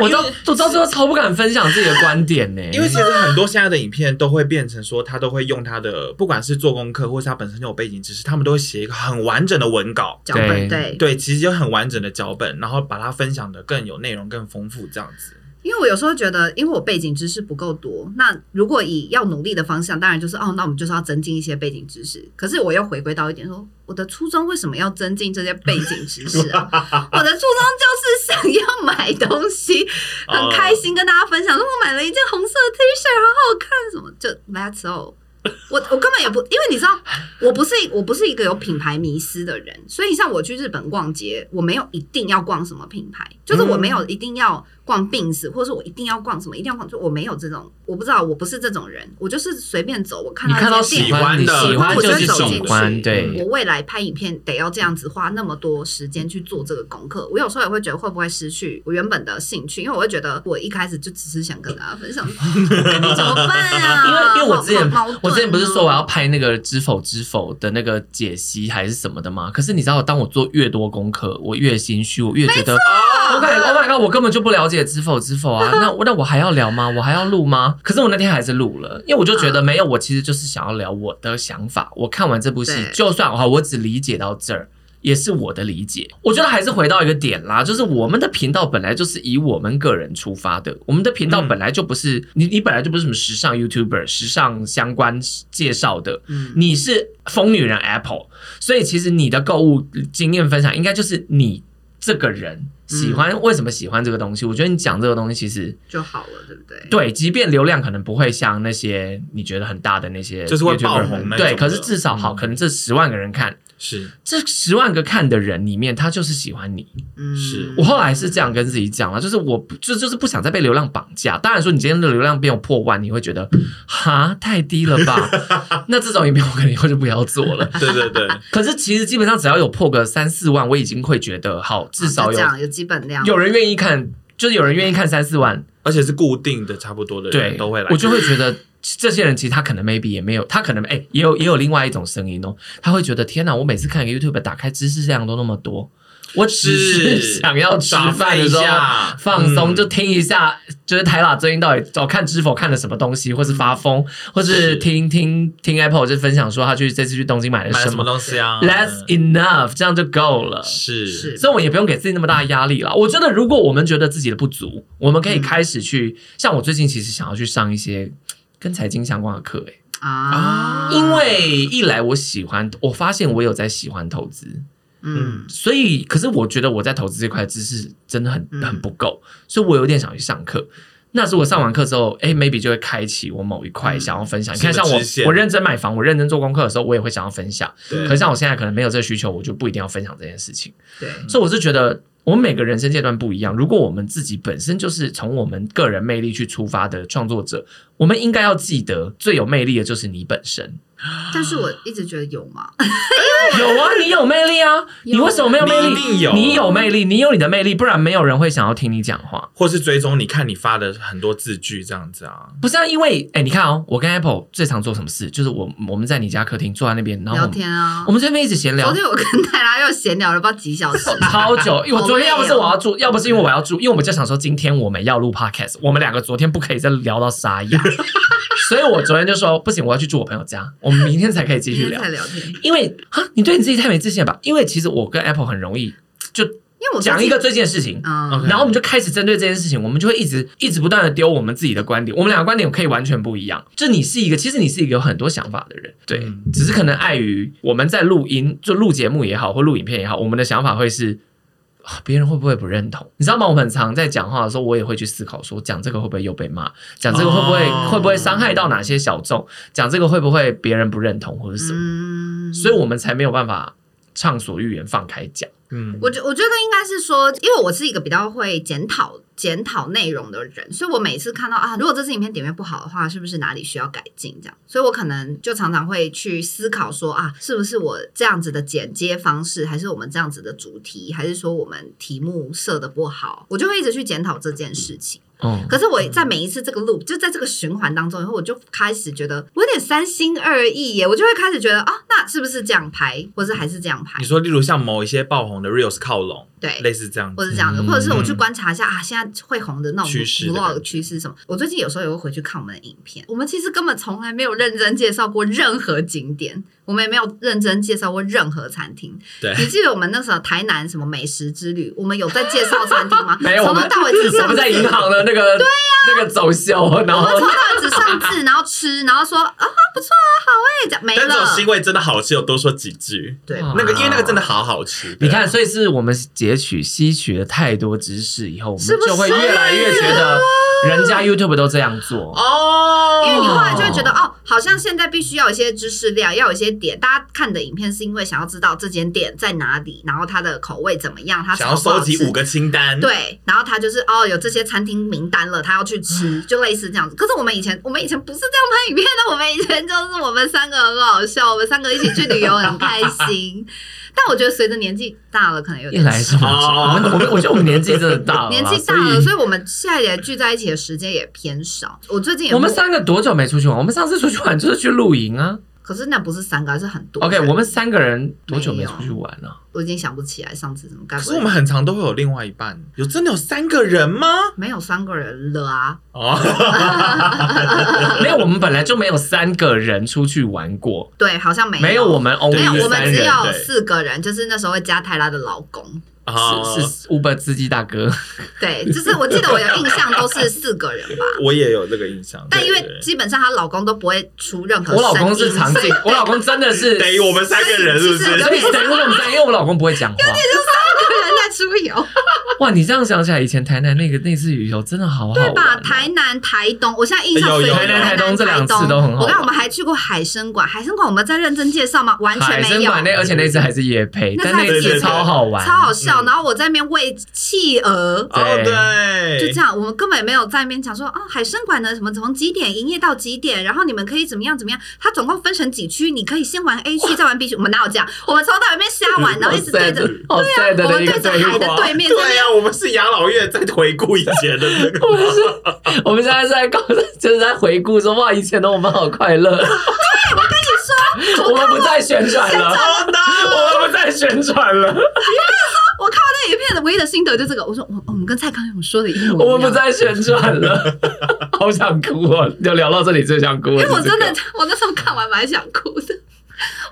B: 我到我到最后超不敢分享自己的观点呢，
C: 因为其实很多现在的影片都会变成说，他都会用他的，不管是做功课，或是他本身就有背景知识，他们都会写一个很完整的文稿，
A: 脚本
B: 对
A: 对
C: 对，其实就很完整的脚本，然后把它分享的更有内容、更丰富这样子。
A: 因为我有时候觉得，因为我背景知识不够多，那如果以要努力的方向，当然就是哦，那我们就是要增进一些背景知识。可是我又回归到一点说，我的初衷为什么要增进这些背景知识啊？我的初衷就是想要买东西，很开心跟大家分享，说我买了一件红色的 T 恤，很好看，什么就 That's all。我我根本也不，因为你知道，我不是我不是一个有品牌迷失的人，所以像我去日本逛街，我没有一定要逛什么品牌，就是我没有一定要逛 Bins，或者说我一定要逛什么，一定要逛，就我没有这种，我不知道，我不是这种人，我就是随便走，我看
B: 你看
A: 到
B: 到
A: 一些
B: 喜
A: 店，
B: 欢你
C: 喜欢的
B: 喜欢
A: 我就
B: 就
A: 会
B: 是
A: 走
B: 喜
A: 进
B: 欢，
A: 去嗯
B: 对
A: 我，未来拍影片得要这样子花那么多时间去做这个功课，我有时候也会觉得会不会失去我原本的兴趣，因为我会觉得我一开始就只是想跟大家分 享，你怎么办啊？
B: 因为因为我
A: 好
B: 之前
A: 好矛盾哦
B: 我之前不是说我要拍那个知否知否的那个解析还是什么的吗？可是你知道，当我做越多功课，我越心虚，我越觉得，Oh my God，Oh my God，我根本就不了解知否知否啊！那那我还要聊吗？我还要录吗？可是我那天还是录了，因为我就觉得没有，我其实就是想要聊我的想法。我看完这部戏，
A: 对
B: 就算哈，我只理解到这儿。也是我的理解，我觉得还是回到一个点啦，就是我们的频道本来就是以我们个人出发的，我们的频道
C: 嗯
B: 本来就不是、你，你本来就不是什么时尚 YouTuber、时尚相关介绍的，
A: 嗯
B: 你是疯女人 Apple，所以其实你的购物经验分享应该就是你这个人喜欢、为什么喜欢这个东西。我觉得你讲这个东西其实
A: 就好了，对不对？
B: 对，即便流量可能不会像那些你觉得很大的那些 YouTuber 们，
C: 就是会爆红那种的
B: 对，可是至少好，
C: 嗯
B: 可能这十万个人看，
C: 是
B: 这十万个看的人里面，他就是喜欢你。
A: 嗯，
C: 是
B: 我后来是这样跟自己讲了，就是我不就就是不想再被流量绑架。当然说你今天的流量没有破万，你会觉得哈太低了吧？ 那这种影片我肯定以后就不要做了。
C: 对对 对，
B: 可是其实基本上只要有破个三四万，我已经会觉得好，至
A: 好
B: 少
A: 哦就
B: 有
A: 这样有基本量，
B: 有人愿意看，就是有人愿意看三四万，
C: 而且是固定的，差不多的
B: 对，
C: 人都会来，
B: 我就会觉得。这些人其实他可能 maybe 也没有，他可能哎、也有也有另外一种声音哦，他会觉得天哪，我每次看一个 YouTube 打开知识量都那么多，我只是
C: 是
B: 想要吃
C: 打发
B: 饭
C: 一
B: 的时候
C: 下
B: 放松，
C: 嗯
B: 就听一下，就是台拉最近到底哦看知否看了什么东西，或是发疯，或是
C: 是
B: 听听听 Apple 就分享说他去这次去东京买了
C: 买了
B: 什
C: 什
B: 么
C: 么东西啊
B: ，That's enough，这样就够了。
C: 是
A: 是
B: 所以我也不用给自己那么大的压力啦。我觉得，如果我们觉得自己的不足，我们可以开始去，像我最近其实想要去上一些跟财经相关的课、欸，
A: 啊，
B: 因为一来我喜欢，我发现我有在喜欢投资，
A: 嗯
B: 所以可是我觉得我在投资这块的知识真的很
A: 嗯
B: 很不够，所以我有点想去上课。那如果上完课之后，哎、m a y b e 就会开启我某一块
A: 嗯
B: 想要分享。你
C: 新
B: 看，
C: 的
B: 像我
C: 支线
B: 我认真买房，我认真做功课的时候，我也会想要分享。
C: 对
B: 可是像我现在可能没有这个需求，我就不一定要分享这件事情。
A: 对，
B: 所以我是觉得，我们每个人生阶段不一样。如果我们自己本身就是从我们个人魅力去出发的创作者，我们应该要记得，最有魅力的就是你本身。
A: 但是我一直觉得有嘛，
B: 有啊，你有魅力啊，
A: 有
B: 你为什么没有魅力？
C: 你一定有
B: 你有魅力，你有你的魅力，不然没有人会想要听你讲话。
C: 或是追踪你看你发的很多字句这样子啊，
B: 不是啊，因为哎、你看哦，我跟 Apple 最常做什么事，就是我我们在你家客厅坐在那边，然后
A: 聊
B: 我们
A: 天啊
B: 我。们这边一直闲聊
A: 昨，天我跟泰拉又闲聊了不知道几小时，啊
B: 超久，因为我
A: 好
B: 昨天
A: 累
B: 要不是
A: 哦
B: 我要住，要不是因为我要住，因为我们就想说今天我们要录 podcast，我们两个昨天不可以再聊到沙哑， 所以我昨天就说不行，我要去住我朋友家，我们明天才可以继
A: 今
B: 续
A: 天
B: 聊
A: 才。聊天，
B: 因为啊，你对你自己太没自信了吧？因为其实我跟 Apple 很容易就
A: 因为我最近
B: 讲一个最近的事情。
A: 嗯
C: OK
B: 然后我们就开始针对这件事情，我们就会一直一直不断的丢我们自己的观点，我们两个观点可以完全不一样。就你是一个，其实你是一个有很多想法的人，对，
C: 嗯
B: 只是可能碍于我们在录音，就录节目也好，或录影片也好，我们的想法会是。啊别人会不会不认同？你知道吗？我们很常在讲话的时候，我也会去思考说，讲这个会不会又被骂？讲这个会不会、
C: 哦
B: 会不会伤害到哪些小众？讲这个会不会别人不认同或者什么？
A: 嗯，
B: 所以我们才没有办法畅所欲言放开讲。
C: 嗯，
A: 我觉我觉得应该是说，因为我是一个比较会检讨检讨内容的人，所以我每次看到啊，如果这支影片点阅不好的话，是不是哪里需要改进？这样，所以我可能就常常会去思考说啊，是不是我这样子的剪接方式，还是我们这样子的主题，还是说我们题目设的不好，我就会一直去检讨这件事情。
C: 哦
B: 嗯，
A: 可是我在每一次这个 loop 就在这个循环当中以后，我就开始觉得我有点三心二意耶，我就会开始觉得啊，那是不是这样拍，或是还是这样拍
C: 你？说例如像某一些爆红的 reels 靠拢，
A: 对，
C: 类似这样
A: 或
C: 子。
A: 者这样的，
B: 嗯
A: 或者是我去观察一下啊，现在会红的那种
C: 趋势的
A: vlog
C: 感觉
A: 趋势什么。我最近有时候也会回去看我们的影片，我们其实根本从来没有认真介绍过任何景点，我们也没有认真介绍过任何餐厅。
C: 对
A: 你记得我们那时候台南什么美食之旅，我们有在介绍餐厅吗？
B: 没有，我
A: 从
B: 们
A: 头到尾只
B: 我
A: 上
B: 们在银
A: 字。
B: 行的那个对呀、那个走秀，然
A: 我
B: 后
A: 们从头到尾只上字，然后吃，然后说啊不错啊，好哎、讲没
C: 但这种
A: 了
C: 是。因为真的好吃，有多说几句。
A: 对，
B: 哇
C: 那个因为那个真的好好吃，
B: 啊你
C: 对啊
B: 看，所以是我们截取、吸取了太多知识以后，我们
A: 是不是啊
B: 就会越来越觉得人家 YouTube 都这样做。
C: 哦，
A: 因为你后来就会觉得哦，好像现在必须要有一些知识量，要有一些点。大家看的影片是因为想要知道这间店在哪里，然后它的口味怎么样，它
C: 想要
A: 炒不好
C: 收集
A: 吃
C: 五个清单，，
A: 对，然后他就是哦，有这些餐厅名单了，他要去吃，就类似这样子。可是我们以前，我们以前不是这样拍影片的，我们以前就是我们三个很好笑，我们三个一起去旅游很开 心。但我觉得随着年纪大了，可能有
B: 一
A: 点
B: 来是
C: 哦
B: 我们，我们我觉得我们年纪真的大了啦，
A: 年纪大了，
B: 所
A: 所以我们现在也聚在一起的时间也偏少。我最近
B: 以
A: 也
B: 我们
A: 不
B: 三个多久没出去玩？我们上次出去玩就是去露营啊。
A: 可是那不是三个，而是很多人。
B: OK，我们三个人多久没出去玩了、
A: 我已经想不起来上次怎么干。
C: 可是我们很常都会有另外一半，有真的有三个人吗？
A: 没有三个人了啊，
C: 哦，
B: 没有，我们本来就没有三个人出去玩过，
A: 对，好像没有
B: 没有我们 only
A: 没有，我
B: 三
A: 们只
B: 人。
A: 有
C: 对
A: 四个人，就是那时候会加泰拉的老公。
C: 啊
B: 是是 Uber 司机大哥，
A: 对，就是我记得我有印象都是四个人 吧，
C: 我也有这个印象，
A: 但因
C: 对对
A: 为
C: 对
A: 基本上她老公都不会出任何
B: 我老公
A: 声
B: 是
A: 音
B: 长 颈，我老公真的是
C: 等于我们三个人是不
A: 所以
C: 是
A: 其？
B: 所以等于我们三，因为我老公不会讲话。
A: 个人在出游，
B: 啊哇，你这样想起来，以前台南那个那次旅游真的好好玩哦、
A: 对吧？台南、台东，我现在印象
C: 有
A: 最
C: 有
A: 深
C: 有
A: 台
B: 哎台东这两
A: 台
B: 次都很好玩
A: 我看我们还去过海参馆，海参馆我们在认真介绍吗？完全
B: 海参
A: 没有。
B: 馆那，而且那次还是夜配，
A: 那
B: 但
A: 次还
B: 那
A: 是
C: 夜
B: 次
C: 配
B: 超好玩，
A: 超好笑，
C: 嗯
A: 然后我在那边喂企鹅，
C: 哦，对，
A: 就这样，我们根本没有在那边讲说啊，海参馆呢什么从几点营业到几点，然后你们可以怎么样怎么样。它总共分成几区，你可以先玩 A 区，再玩 B 区。我们哪有这样？我们从头到尾边瞎玩，然后一直对着，
B: 好 sad
A: 我
B: 哦的
A: 们
B: 一个
A: 对着
B: 对
A: 海的
B: 话。
A: 对面在那
C: 对
A: 边。
C: 呀，我们是养老院在回顾以前的 那 个，哦
B: 我们现在是在搞， 就是在回顾说，哇，以前的我们好快乐。
A: 你说
B: 我们不再旋转了，
C: 好的，
B: 我们不再旋转了，
A: 我看到那影片的唯一的心得就这个，我说我我们跟蔡康永说的一模一样。
B: 我们不再旋转了， 好想哭哦！就聊到这里最想哭了，
A: 因为我
B: 是这
A: 真
B: 个
A: 的，我那时候看完蛮想哭的。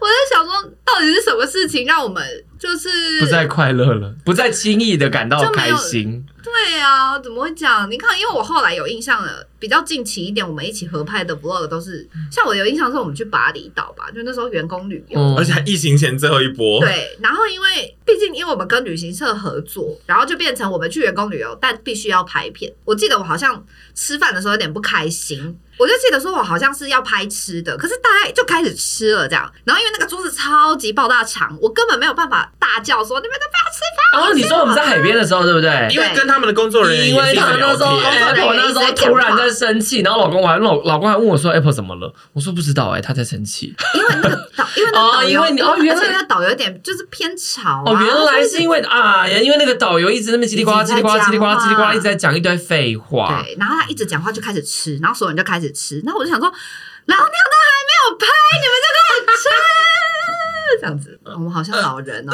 A: 我在想说，到底是什么事情让我们就是
B: 不再快乐了，不再轻易的感到
A: 就没
B: 开
A: 有
B: 心。
A: 对啊，怎么会讲？你看，因为我后来有印象了，比较近期一点，我们一起合拍的 vlog 都是，像我有印象是我们去巴厘岛吧，就那时候员工旅游。
B: 嗯
C: 而且还疫情前最后一波，，
A: 对，然后因为毕竟因为我们跟旅行社合作，然后就变成我们去员工旅游，但必须要拍片。我记得我好像吃饭的时候有点不开心，我就记得说我好像是要拍吃的，可是大家就开始吃了这样。然后因为那个桌子超级爆大长，我根本没有办法大叫说你们都不要吃饭。
B: 然哦后你说我们在海边的时候，对不对？
C: 因为跟他们的工作人员
B: 因为
C: 也是一
B: 他
C: 直
B: 那
C: 聊
B: 时候
A: 因为
C: 天，
A: 他
B: Apple
A: 们
B: 那时候突然在生气，然后老公还老老公还问我说 Apple 怎么了？我说不知道哎、他在生气。
A: 因为那个导，因为那个
B: 哦
A: 导游，
B: 因为你哦原来
A: 而且那导游有点就是偏吵、啊、
B: 哦，原来是因为啊，因为那个导游一直那么叽里呱啦、叽里呱啦、叽里呱啦、叽里呱啦，一直在讲一堆废话。
A: 对，然后他一直讲话就开始吃，然后所有人就开始吃，然后我就想说，老娘都还没有拍，你们就开始吃。这样子，嗯我们好像老人哦、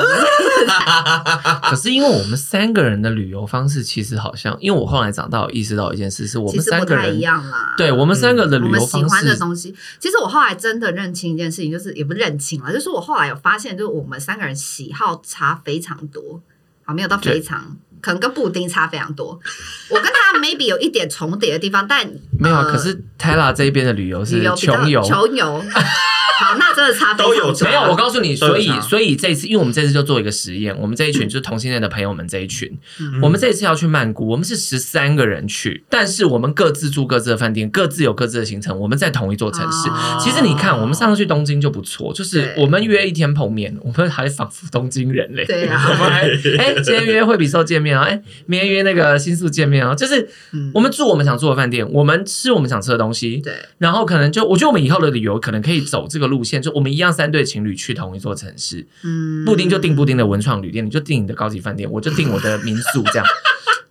B: 可是因为我们三个人的旅游方式其实好像，因为我后来长大有意识到一件事， 是我
A: 其
B: 们
A: 实
B: 三
A: 不
B: 个
A: 太一
B: 人，
A: 样啊啦。
B: 对我们三个的
A: 我
B: 旅
A: 们
B: 游
A: 喜
B: 方
A: 欢的
B: 式。
A: 东西，其实我后来真的认清一件事情，就是也不是认清了，就是我后来有发现，就是我们三个人喜好差非常多，好，没有到非
B: 对
A: 常，可能跟布丁差非常多。我跟他 maybe 有一点重叠的地方，但
B: 没有啊，
A: 呃
B: 可是 Tela 这边的旅游是
A: 旅游比较
B: 穷游，
A: 穷游。好，那真的差非常
C: 都有
A: 多
B: 没有，我告诉你，
C: 都有
B: 所以
C: 差
B: 所以这一次，因为我们这次就做一个实验，我们这一群就是同性恋的朋友们这一群，
A: 嗯
B: 我们这一次要去曼谷，我们是十三个人去，但是我们各自住各自的饭店，各自有各自的行程，我们在同一座城市。
A: 哦
B: 其实你看，我们上次去东京就不错，就是
A: 对
B: 我们约一天碰面，我们还仿佛东京人嘞。
A: 对啊
B: 我们还 哎，今天约惠比寿见面啊，哎，明天约那个新宿见面啊，就是
A: 嗯
B: 我们住我们想住的饭店，我们吃我们想吃的东西，
A: 对，
B: 然后可能就，我觉得我们以后的旅游可能可以走这个路线，就我们一样三对情侣去同一座城市，
A: 嗯
B: 布丁就订布丁的文创旅店，你就订你的高级饭店，我就订我的民宿，这样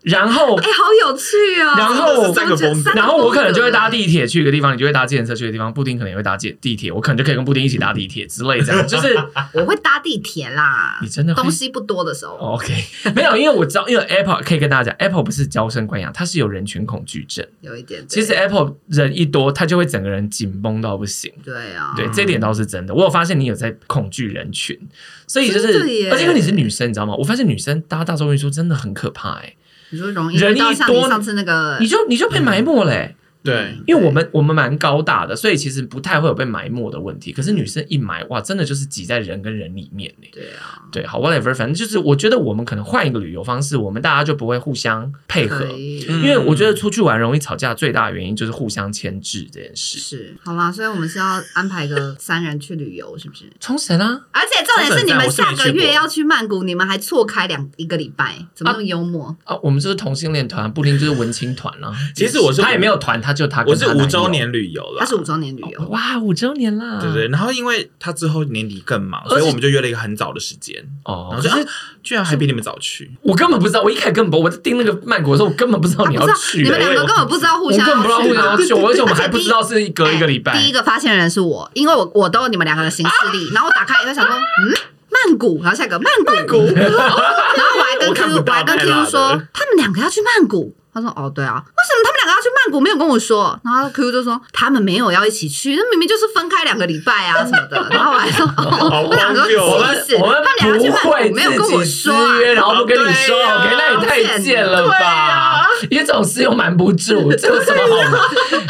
B: 然后
A: 哎、好有趣哦！
B: 然后
A: 真的是
C: 三个风格
B: 然后我可能就会搭。
A: 三个风格
B: 地铁去一个地方，你就会搭计程车去一个地方，布丁可能也会搭地地铁，我可能就可以跟布丁一起搭地铁之类这样，就是哦
A: 我会搭地铁啦，
B: 你真的会哦
A: 东西不多的时候，
B: OK 没有，因为我知道，因为 Apple 可以跟大家讲，Apple 不是娇生惯养，它是有人群恐惧症。
A: 有一点。对
B: 其实 Apple 人一多，它就会整个人紧绷到不行。
A: 对啊，
B: 对，这点倒是真的。我有发现你有在恐惧人群，所以就是
A: 真的，耶
B: 而且因为你是女生，你知道吗？我发现女生搭大众运输真的很可怕、欸，
A: 你说容易
B: 人
A: 遇到
B: 一
A: 像
B: 多
A: 你上次那个
B: 哎，你，就你就被埋没了、
A: 嗯
B: 欸。
C: 对，
B: 因为我们我们蛮高大的，所以其实不太会有被埋没的问题。可是女生一埋，哇，真的就是挤在人跟人里面呢、
A: 对啊，
B: 对，好，whatever，反正就是我觉得我们可能换一个旅游方式，我们大家就不会互相配合
A: 可，以
B: 因
C: 嗯
B: 为我觉得出去玩容易吵架最大的原因就是互相牵制这件事。
A: 是好啦，所以我们是要安排个三人去旅游，是不是？
B: 冲绳啊，
A: 而且重点是你们下
C: 我是
A: 个
C: 没去
A: 月
C: 过
A: 要去曼谷，你们还错开两一个礼拜，怎么那么幽默？
B: 啊，我们就是同性恋团，布丁就是文青团啊。
C: 其实我是
B: 他也没有团，他就他跟
C: 我
B: 他
C: 是五
B: 男友
C: 周，年旅游了，
A: 他是五周嗯年旅游，
B: 哇，五周年啦，
C: 对对，然后因为他之后年底更忙，
B: 而且
C: 所以我们就约了一个很早的时间，然
B: 哦
C: 后。就啊，居然还比你们早去，
B: 我根本不知道，我一开始根本不，我在订那个曼谷的时候，我根本不知道
A: 他
B: 你
A: 啊不
B: 要
A: 知道
B: 去、
A: 你们两
B: 欸
A: 个根本不知道互
B: 我根
A: 相
B: 本不知
A: 去
B: 道
A: 啊
B: 为什么
A: 哪
B: 要去，而且我们
A: 而且
B: 还不
A: 第一
B: 知道是隔一个礼
A: 哎第一
B: 拜。啊
A: 个发现人是我，因为我我都有你们两个的行事历，然后我打开以后想说，嗯，曼谷，然后下一个曼谷， 然后我还跟
C: 我看
A: Q
C: 不
A: 我
C: 到
A: 还跟
C: 太辣
A: Q
C: 了
A: 说，他们两个要去曼谷。他说：“哦，对啊，为什么他们两个要去曼谷没有跟我说？”然后 Q 就说：“他们没有要一起去，那明明就是分开两个荒谬礼拜啊什么的。” 然后我还说：“哦，他们两个
B: 我
A: 什么
B: 们
A: 意思？
B: 我们
A: 他们两个去
B: 不
A: 曼
B: 会
A: 谷没有跟我
B: 自己
A: 说、啊哦
B: 私约，然后不跟你说
C: 对啊
B: ，OK？那也太贱了
C: 对
B: 吧
C: 啊！
B: 因为这种事又瞒不住，这有什么好？
A: 啊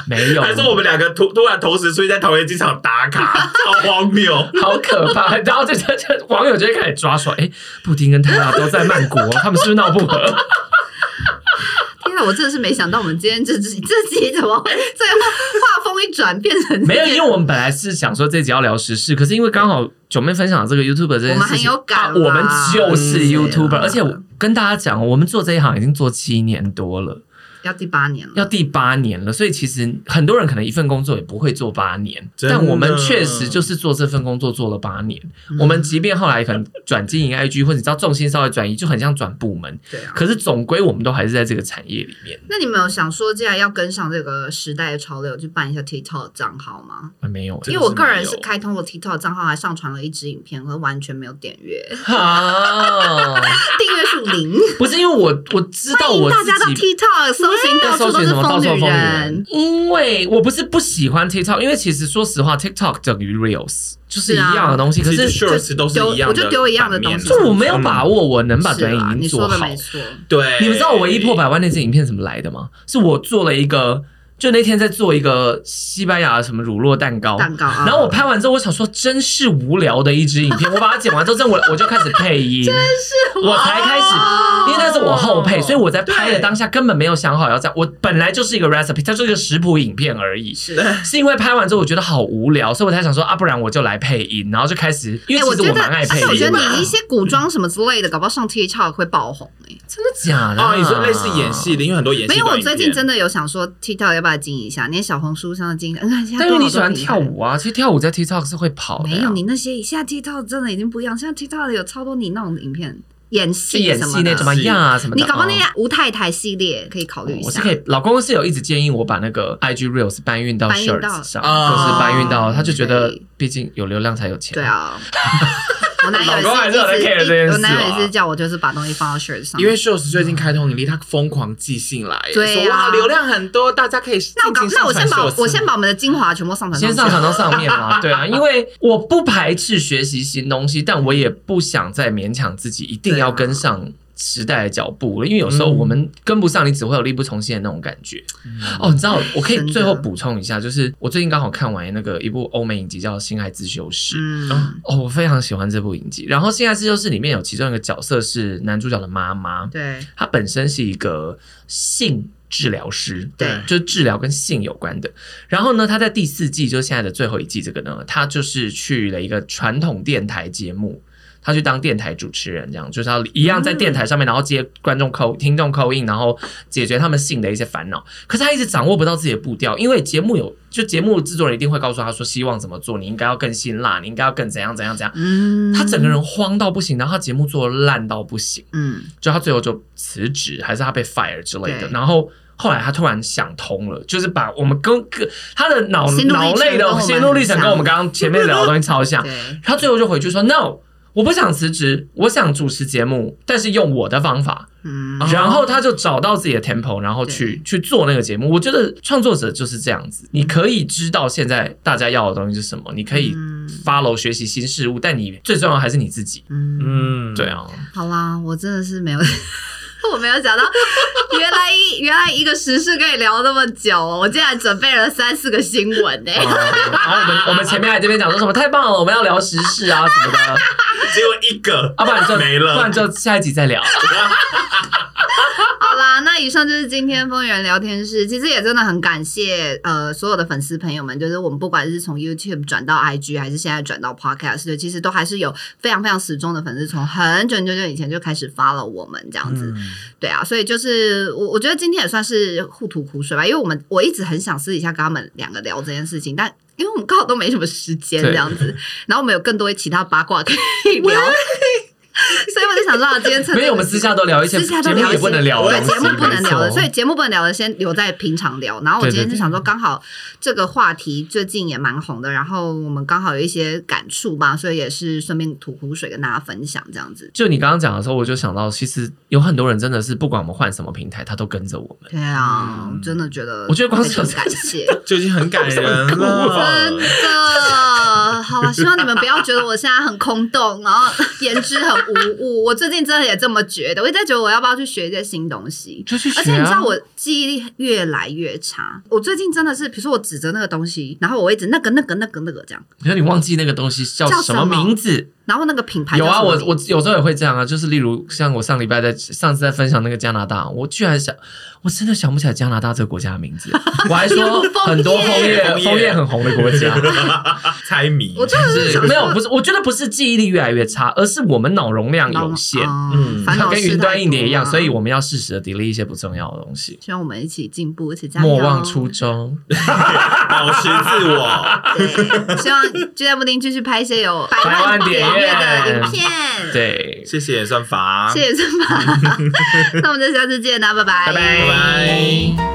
B: 没有，
C: 还说我们两个突突然同时出现在桃园机场打卡，超 荒谬。
B: 好可怕。 然后这这这网友就会开始抓说，哎，布丁跟泰拉都在曼谷，哦他们是不是闹不和？
A: 天啊，我真的是没想到我们今天这集这集怎么会最后画风一转变成
B: 没有，因为我们本来是想说这集要聊时事，可是因为刚好九妹分享了这个 YouTube 这件事情，
A: 我们很有感啦
B: 啊我们就是
A: 嗯
B: YouTuber，、
A: 对啊
B: 而且我跟大家讲，我们做这一行已经做七年多了，
A: 要第八年了？
B: 要第八年了，所以其实很多人可能一份工作也不会做八年，
C: 真的
B: 但我们确实就是做这份工作做了八年。
A: 嗯
B: 我们即便后来可能转经营 IG，或者你知道重心稍微转移，就很像转部门，
A: 对啊。
B: 可是总归我们都还是在这个产业里面。
A: 那你们有想说，既然要跟上这个时代的潮流，去办一下 TikTok 账号吗？
B: 啊没有，
A: 因为
C: 真的是
A: 我个人
C: 没有
A: 是开通我 TikTok 账号，还上传了一支影片，可是完全没有点阅，
B: 啊，
A: 订阅数零。
B: 不是因为我我知道
A: 欢迎
B: 我
A: 大家到
B: 自己
A: TikTok 搜寻到
B: 要
A: 处
B: 搜
A: 都
B: 寻
A: 是
B: 什么到处
A: 女
B: 疯女人，，因为我不是不喜欢 TikTok，因为其实说实话，TikTok 等于 Reels 就是一
A: 是啊
B: 样的东西，可
C: 其
B: 是
C: 实 shorts 都是一样的版面，啊
A: 我就丢一样的东西
B: 就我没有把
C: 握。
B: 握我能把
A: 是
B: 短
A: 啦
B: 影
A: 你
B: 音
A: 说
B: 做
A: 的
B: 好
A: 没。错，
C: 对，
B: 你们知道我一破百万那支影片怎么来的吗？是我做了一个，就那天在做一个西班牙的什么乳酪蛋糕，
A: 蛋糕啊。
B: 然后我拍完之后，我想说真是无聊的一支影片，我把它剪完之后，真我我就开始 配音，真是 我才开始。因为那是我后配，所以我在拍的当下根本没有想好要这样。我本来就是一个 recipe，它就是一个食谱影片而已。
A: 是。
B: 是因为拍完之后我觉得好无聊，所以我才想说啊，不然我就来配音，然后就开始，因
A: 哎、
B: 为
A: 我
B: 其
A: 觉
B: 实我
A: 得，
B: 蛮爱
A: 而
B: 配
A: 且我觉
B: 音
A: 得
B: 的。
A: 你一些古装什么之类的，搞不好上 TikTok 会爆红哎、
B: 真的假的啊？
C: 哦，你说类似演
A: 啊
C: 戏的，因为很多演戏
A: 没有，
C: 短
A: 我
C: 影片
A: 最近真的有想说 TikTok 要不要经营一下，连小红书上的经营，嗯，现在
B: 但
A: 多
B: 因为你
A: 好
B: 喜
A: 多
B: 欢
A: 平
B: 跳
A: 台
B: 舞啊，其实跳舞在 TikTok 是会跑的呀、
A: 没有你那些一下 TikTok 真的已经不一样，现在 TikTok 有超多你那种影片演
B: 是
A: 戏
B: 演
A: 什么
B: 戏那
A: 的
B: 种嘛
C: 是
B: 呀什么的。
A: 你搞不好
B: 哦
A: 那些吴太太系列可以考虑一
B: 我是
A: 下
B: 可。以，老公是有一直建议我把那个 IG Reels 搬运到
A: 搬运到
B: Shirts 上，
C: 哦
B: 就是搬运到，他就觉
A: 可
B: 得
A: 以
B: 毕竟有流量才有钱。
A: 对， 啊，我男友
B: 老公还是有在
A: 也
B: care
A: 是
B: 这件
A: 一直，
B: 事
A: 我男友也
B: 啊
A: 是叫我就是把东西放到 shirt 上。
C: 因为 Shows 最近开通盈利，他疯狂寄信来，
A: 对啊
C: 说哇流量很多，大家可以
A: 那我搞
C: 尽，情
A: 那我
C: 上
A: 先
C: 传
A: 把
C: Shorts
A: 我先把我们的精华全部上传
B: 先上
A: 去
B: 传到上面 嘛，对啊，因为我不排斥学习新东西，但我也不想再勉强自己一
A: 啊
B: 定要跟上。时代的脚步了，因为有时候
C: 嗯
B: 我们跟不上，你只会有力不从心的那种感觉。哦，你知道，我可以
A: 真的
B: 最后补充一下，就是我最近刚好看完那个一部欧美影集叫《心爱自修室》，
A: 嗯，
B: 哦，我非常喜欢这部影集。然后《性爱自修室》里面有其中一个角色是男主角的妈妈，
A: 对
B: 她本身是一个性治疗师，
A: 对
B: 就治疗跟性有关的。然后呢，她在第四季，就是现在的最后一季，这个呢，她就是去了一个传统电台节目。他去当电台主持人，这样就是他一样在电台上面，然后接观众扣听众扣印，然后解决他们性的一些烦恼。可是他一直掌握不到自己的步调，因为节目有就节目制作人一定会告诉他说，希望怎么做，你应该要更辛辣，你应该要更怎样怎样怎样。
A: 嗯，
B: 他整个人慌到不行，然后他节目做得烂到不行。
A: 嗯
B: 就他最后就辞职，还是他被 fire 之类的。
A: 对
B: 然后后来他突然想通了，就是把我们跟跟他的脑
A: 心路历程
B: 脑内
A: 跟我
B: 的
A: 们
B: 心路历程
A: 很
B: 跟我们
A: 像
B: 刚刚前面聊的东西超 像。
A: 对，
B: 他最后就回去说：“No，我不想辞职，我想主持节目，但是用我的方法。
A: 嗯
B: 然后他就找到自己的 tempo，然后去去做那个节目。我觉得创作者就是这样子，你可以知道现在大家要的东西是什么，你可以
A: 嗯
B: follow 学习新事物，但你最重要还是你自己。
A: 嗯，
C: 嗯，
B: 对，啊，
A: 好啦，我真的是没有。 我没有想到，原来一原来一个时事可以聊那么久哦！我竟然准备了三四个新闻欸呢、
C: 啊
B: 然后我们我们前面还这边讲说什么太棒了，我们要聊时事啊什么的，
C: 只有一个，
B: 啊不然就
C: 没了
B: 不然就下一集再聊。
A: 好啦，那以上就是今天风云人聊天室。其实也真的很感谢呃所有的粉丝朋友们，就是我们不管是从 YouTube 转到 IG，还是现在转到 Podcast，对其实都还是有非常非常始终的粉丝，从很久很久很久以前就开始发了我们这样
C: 嗯
A: 子。对啊，所以就是我我觉得今天也算是互吐苦水吧，因为我们我一直很想私底下跟他们两个聊这件事情，但因为我们刚好都没什么时间
B: 对
A: 这样子，然后我们有更多其他八卦可以聊， 所以我就想说啊，今天趁
B: 没有，我们
A: 私
B: 私下都聊一些，
A: 私下
B: 节
A: 都
B: 目
A: 聊一
B: 也
A: 些
B: 不能聊啊的
A: 对
B: 东西，
A: 节目不能聊
B: 没
A: 的，
B: 错
A: 所以节目不能聊的先留在平常聊。然后我
B: 对对
A: 今天就
B: 对
A: 想说，刚好这个话题最近也蛮红的，然后我们刚好有一些感触吧，所以也是顺便吐苦水跟大家分享这样子。
B: 就你刚刚讲的时候，我就想到，其实有很多人真的是不管我们换什么平台，他都跟着我们。
A: 对啊，
C: 嗯
A: 真的觉得
B: 我觉得光是有
A: 很感谢，
C: 就已经很感人
B: 哭
C: 了
A: 真。的好啊！希望你们不要觉得我现在很空洞，然后颜值很无物。 我最近真的也这么觉得，我一直在觉得我要不要去学一些新东西。
B: 就去学、啊，
A: 而且你知道我记忆力越来越差，我最近真的是，比如说我指着那个东西，然后我一直那个那个那个那个这样，
B: 你说你忘记那个东西叫
A: 叫
B: 什
A: 什
B: 么
A: 么
B: 名字？
A: 然后那个品牌
B: 有啊，
A: 叫什么
B: 我
A: 名
B: 我有时候也会这样啊，就是例如像我上礼拜在上次在分享那个加拿大，我居然想，我真的想不起来加拿大这个国家的 名字，我还说
A: 有枫
B: 很多枫
A: 叶
B: 叶
C: 枫叶
B: 枫叶很红的国家，
C: 猜谜，
A: 我真的是
B: 是
A: 想说
B: 没有不是，我觉得不是记忆力越来越差，而是我们脑容量有限，
A: 哦
C: 嗯
A: 烦
B: 它
A: 恼
B: 跟
A: 事
B: 云
A: 太
B: 端硬碟一
A: 多
B: 样，
A: 了啊
B: 所以我们要适时的 delete 一些不重要的东西，
A: 希望我们一起进步，一起加油，
B: 莫忘初衷。
C: 保持自我。
A: 对希望就在布丁继续拍一些有百
B: 百万
A: 点
B: 点
A: 阅的
B: 阅
A: 影片。
B: 对，
C: 谢谢演算法，
A: 谢谢郑爸，那我们就下次见啦，拜
B: 拜
C: 拜拜。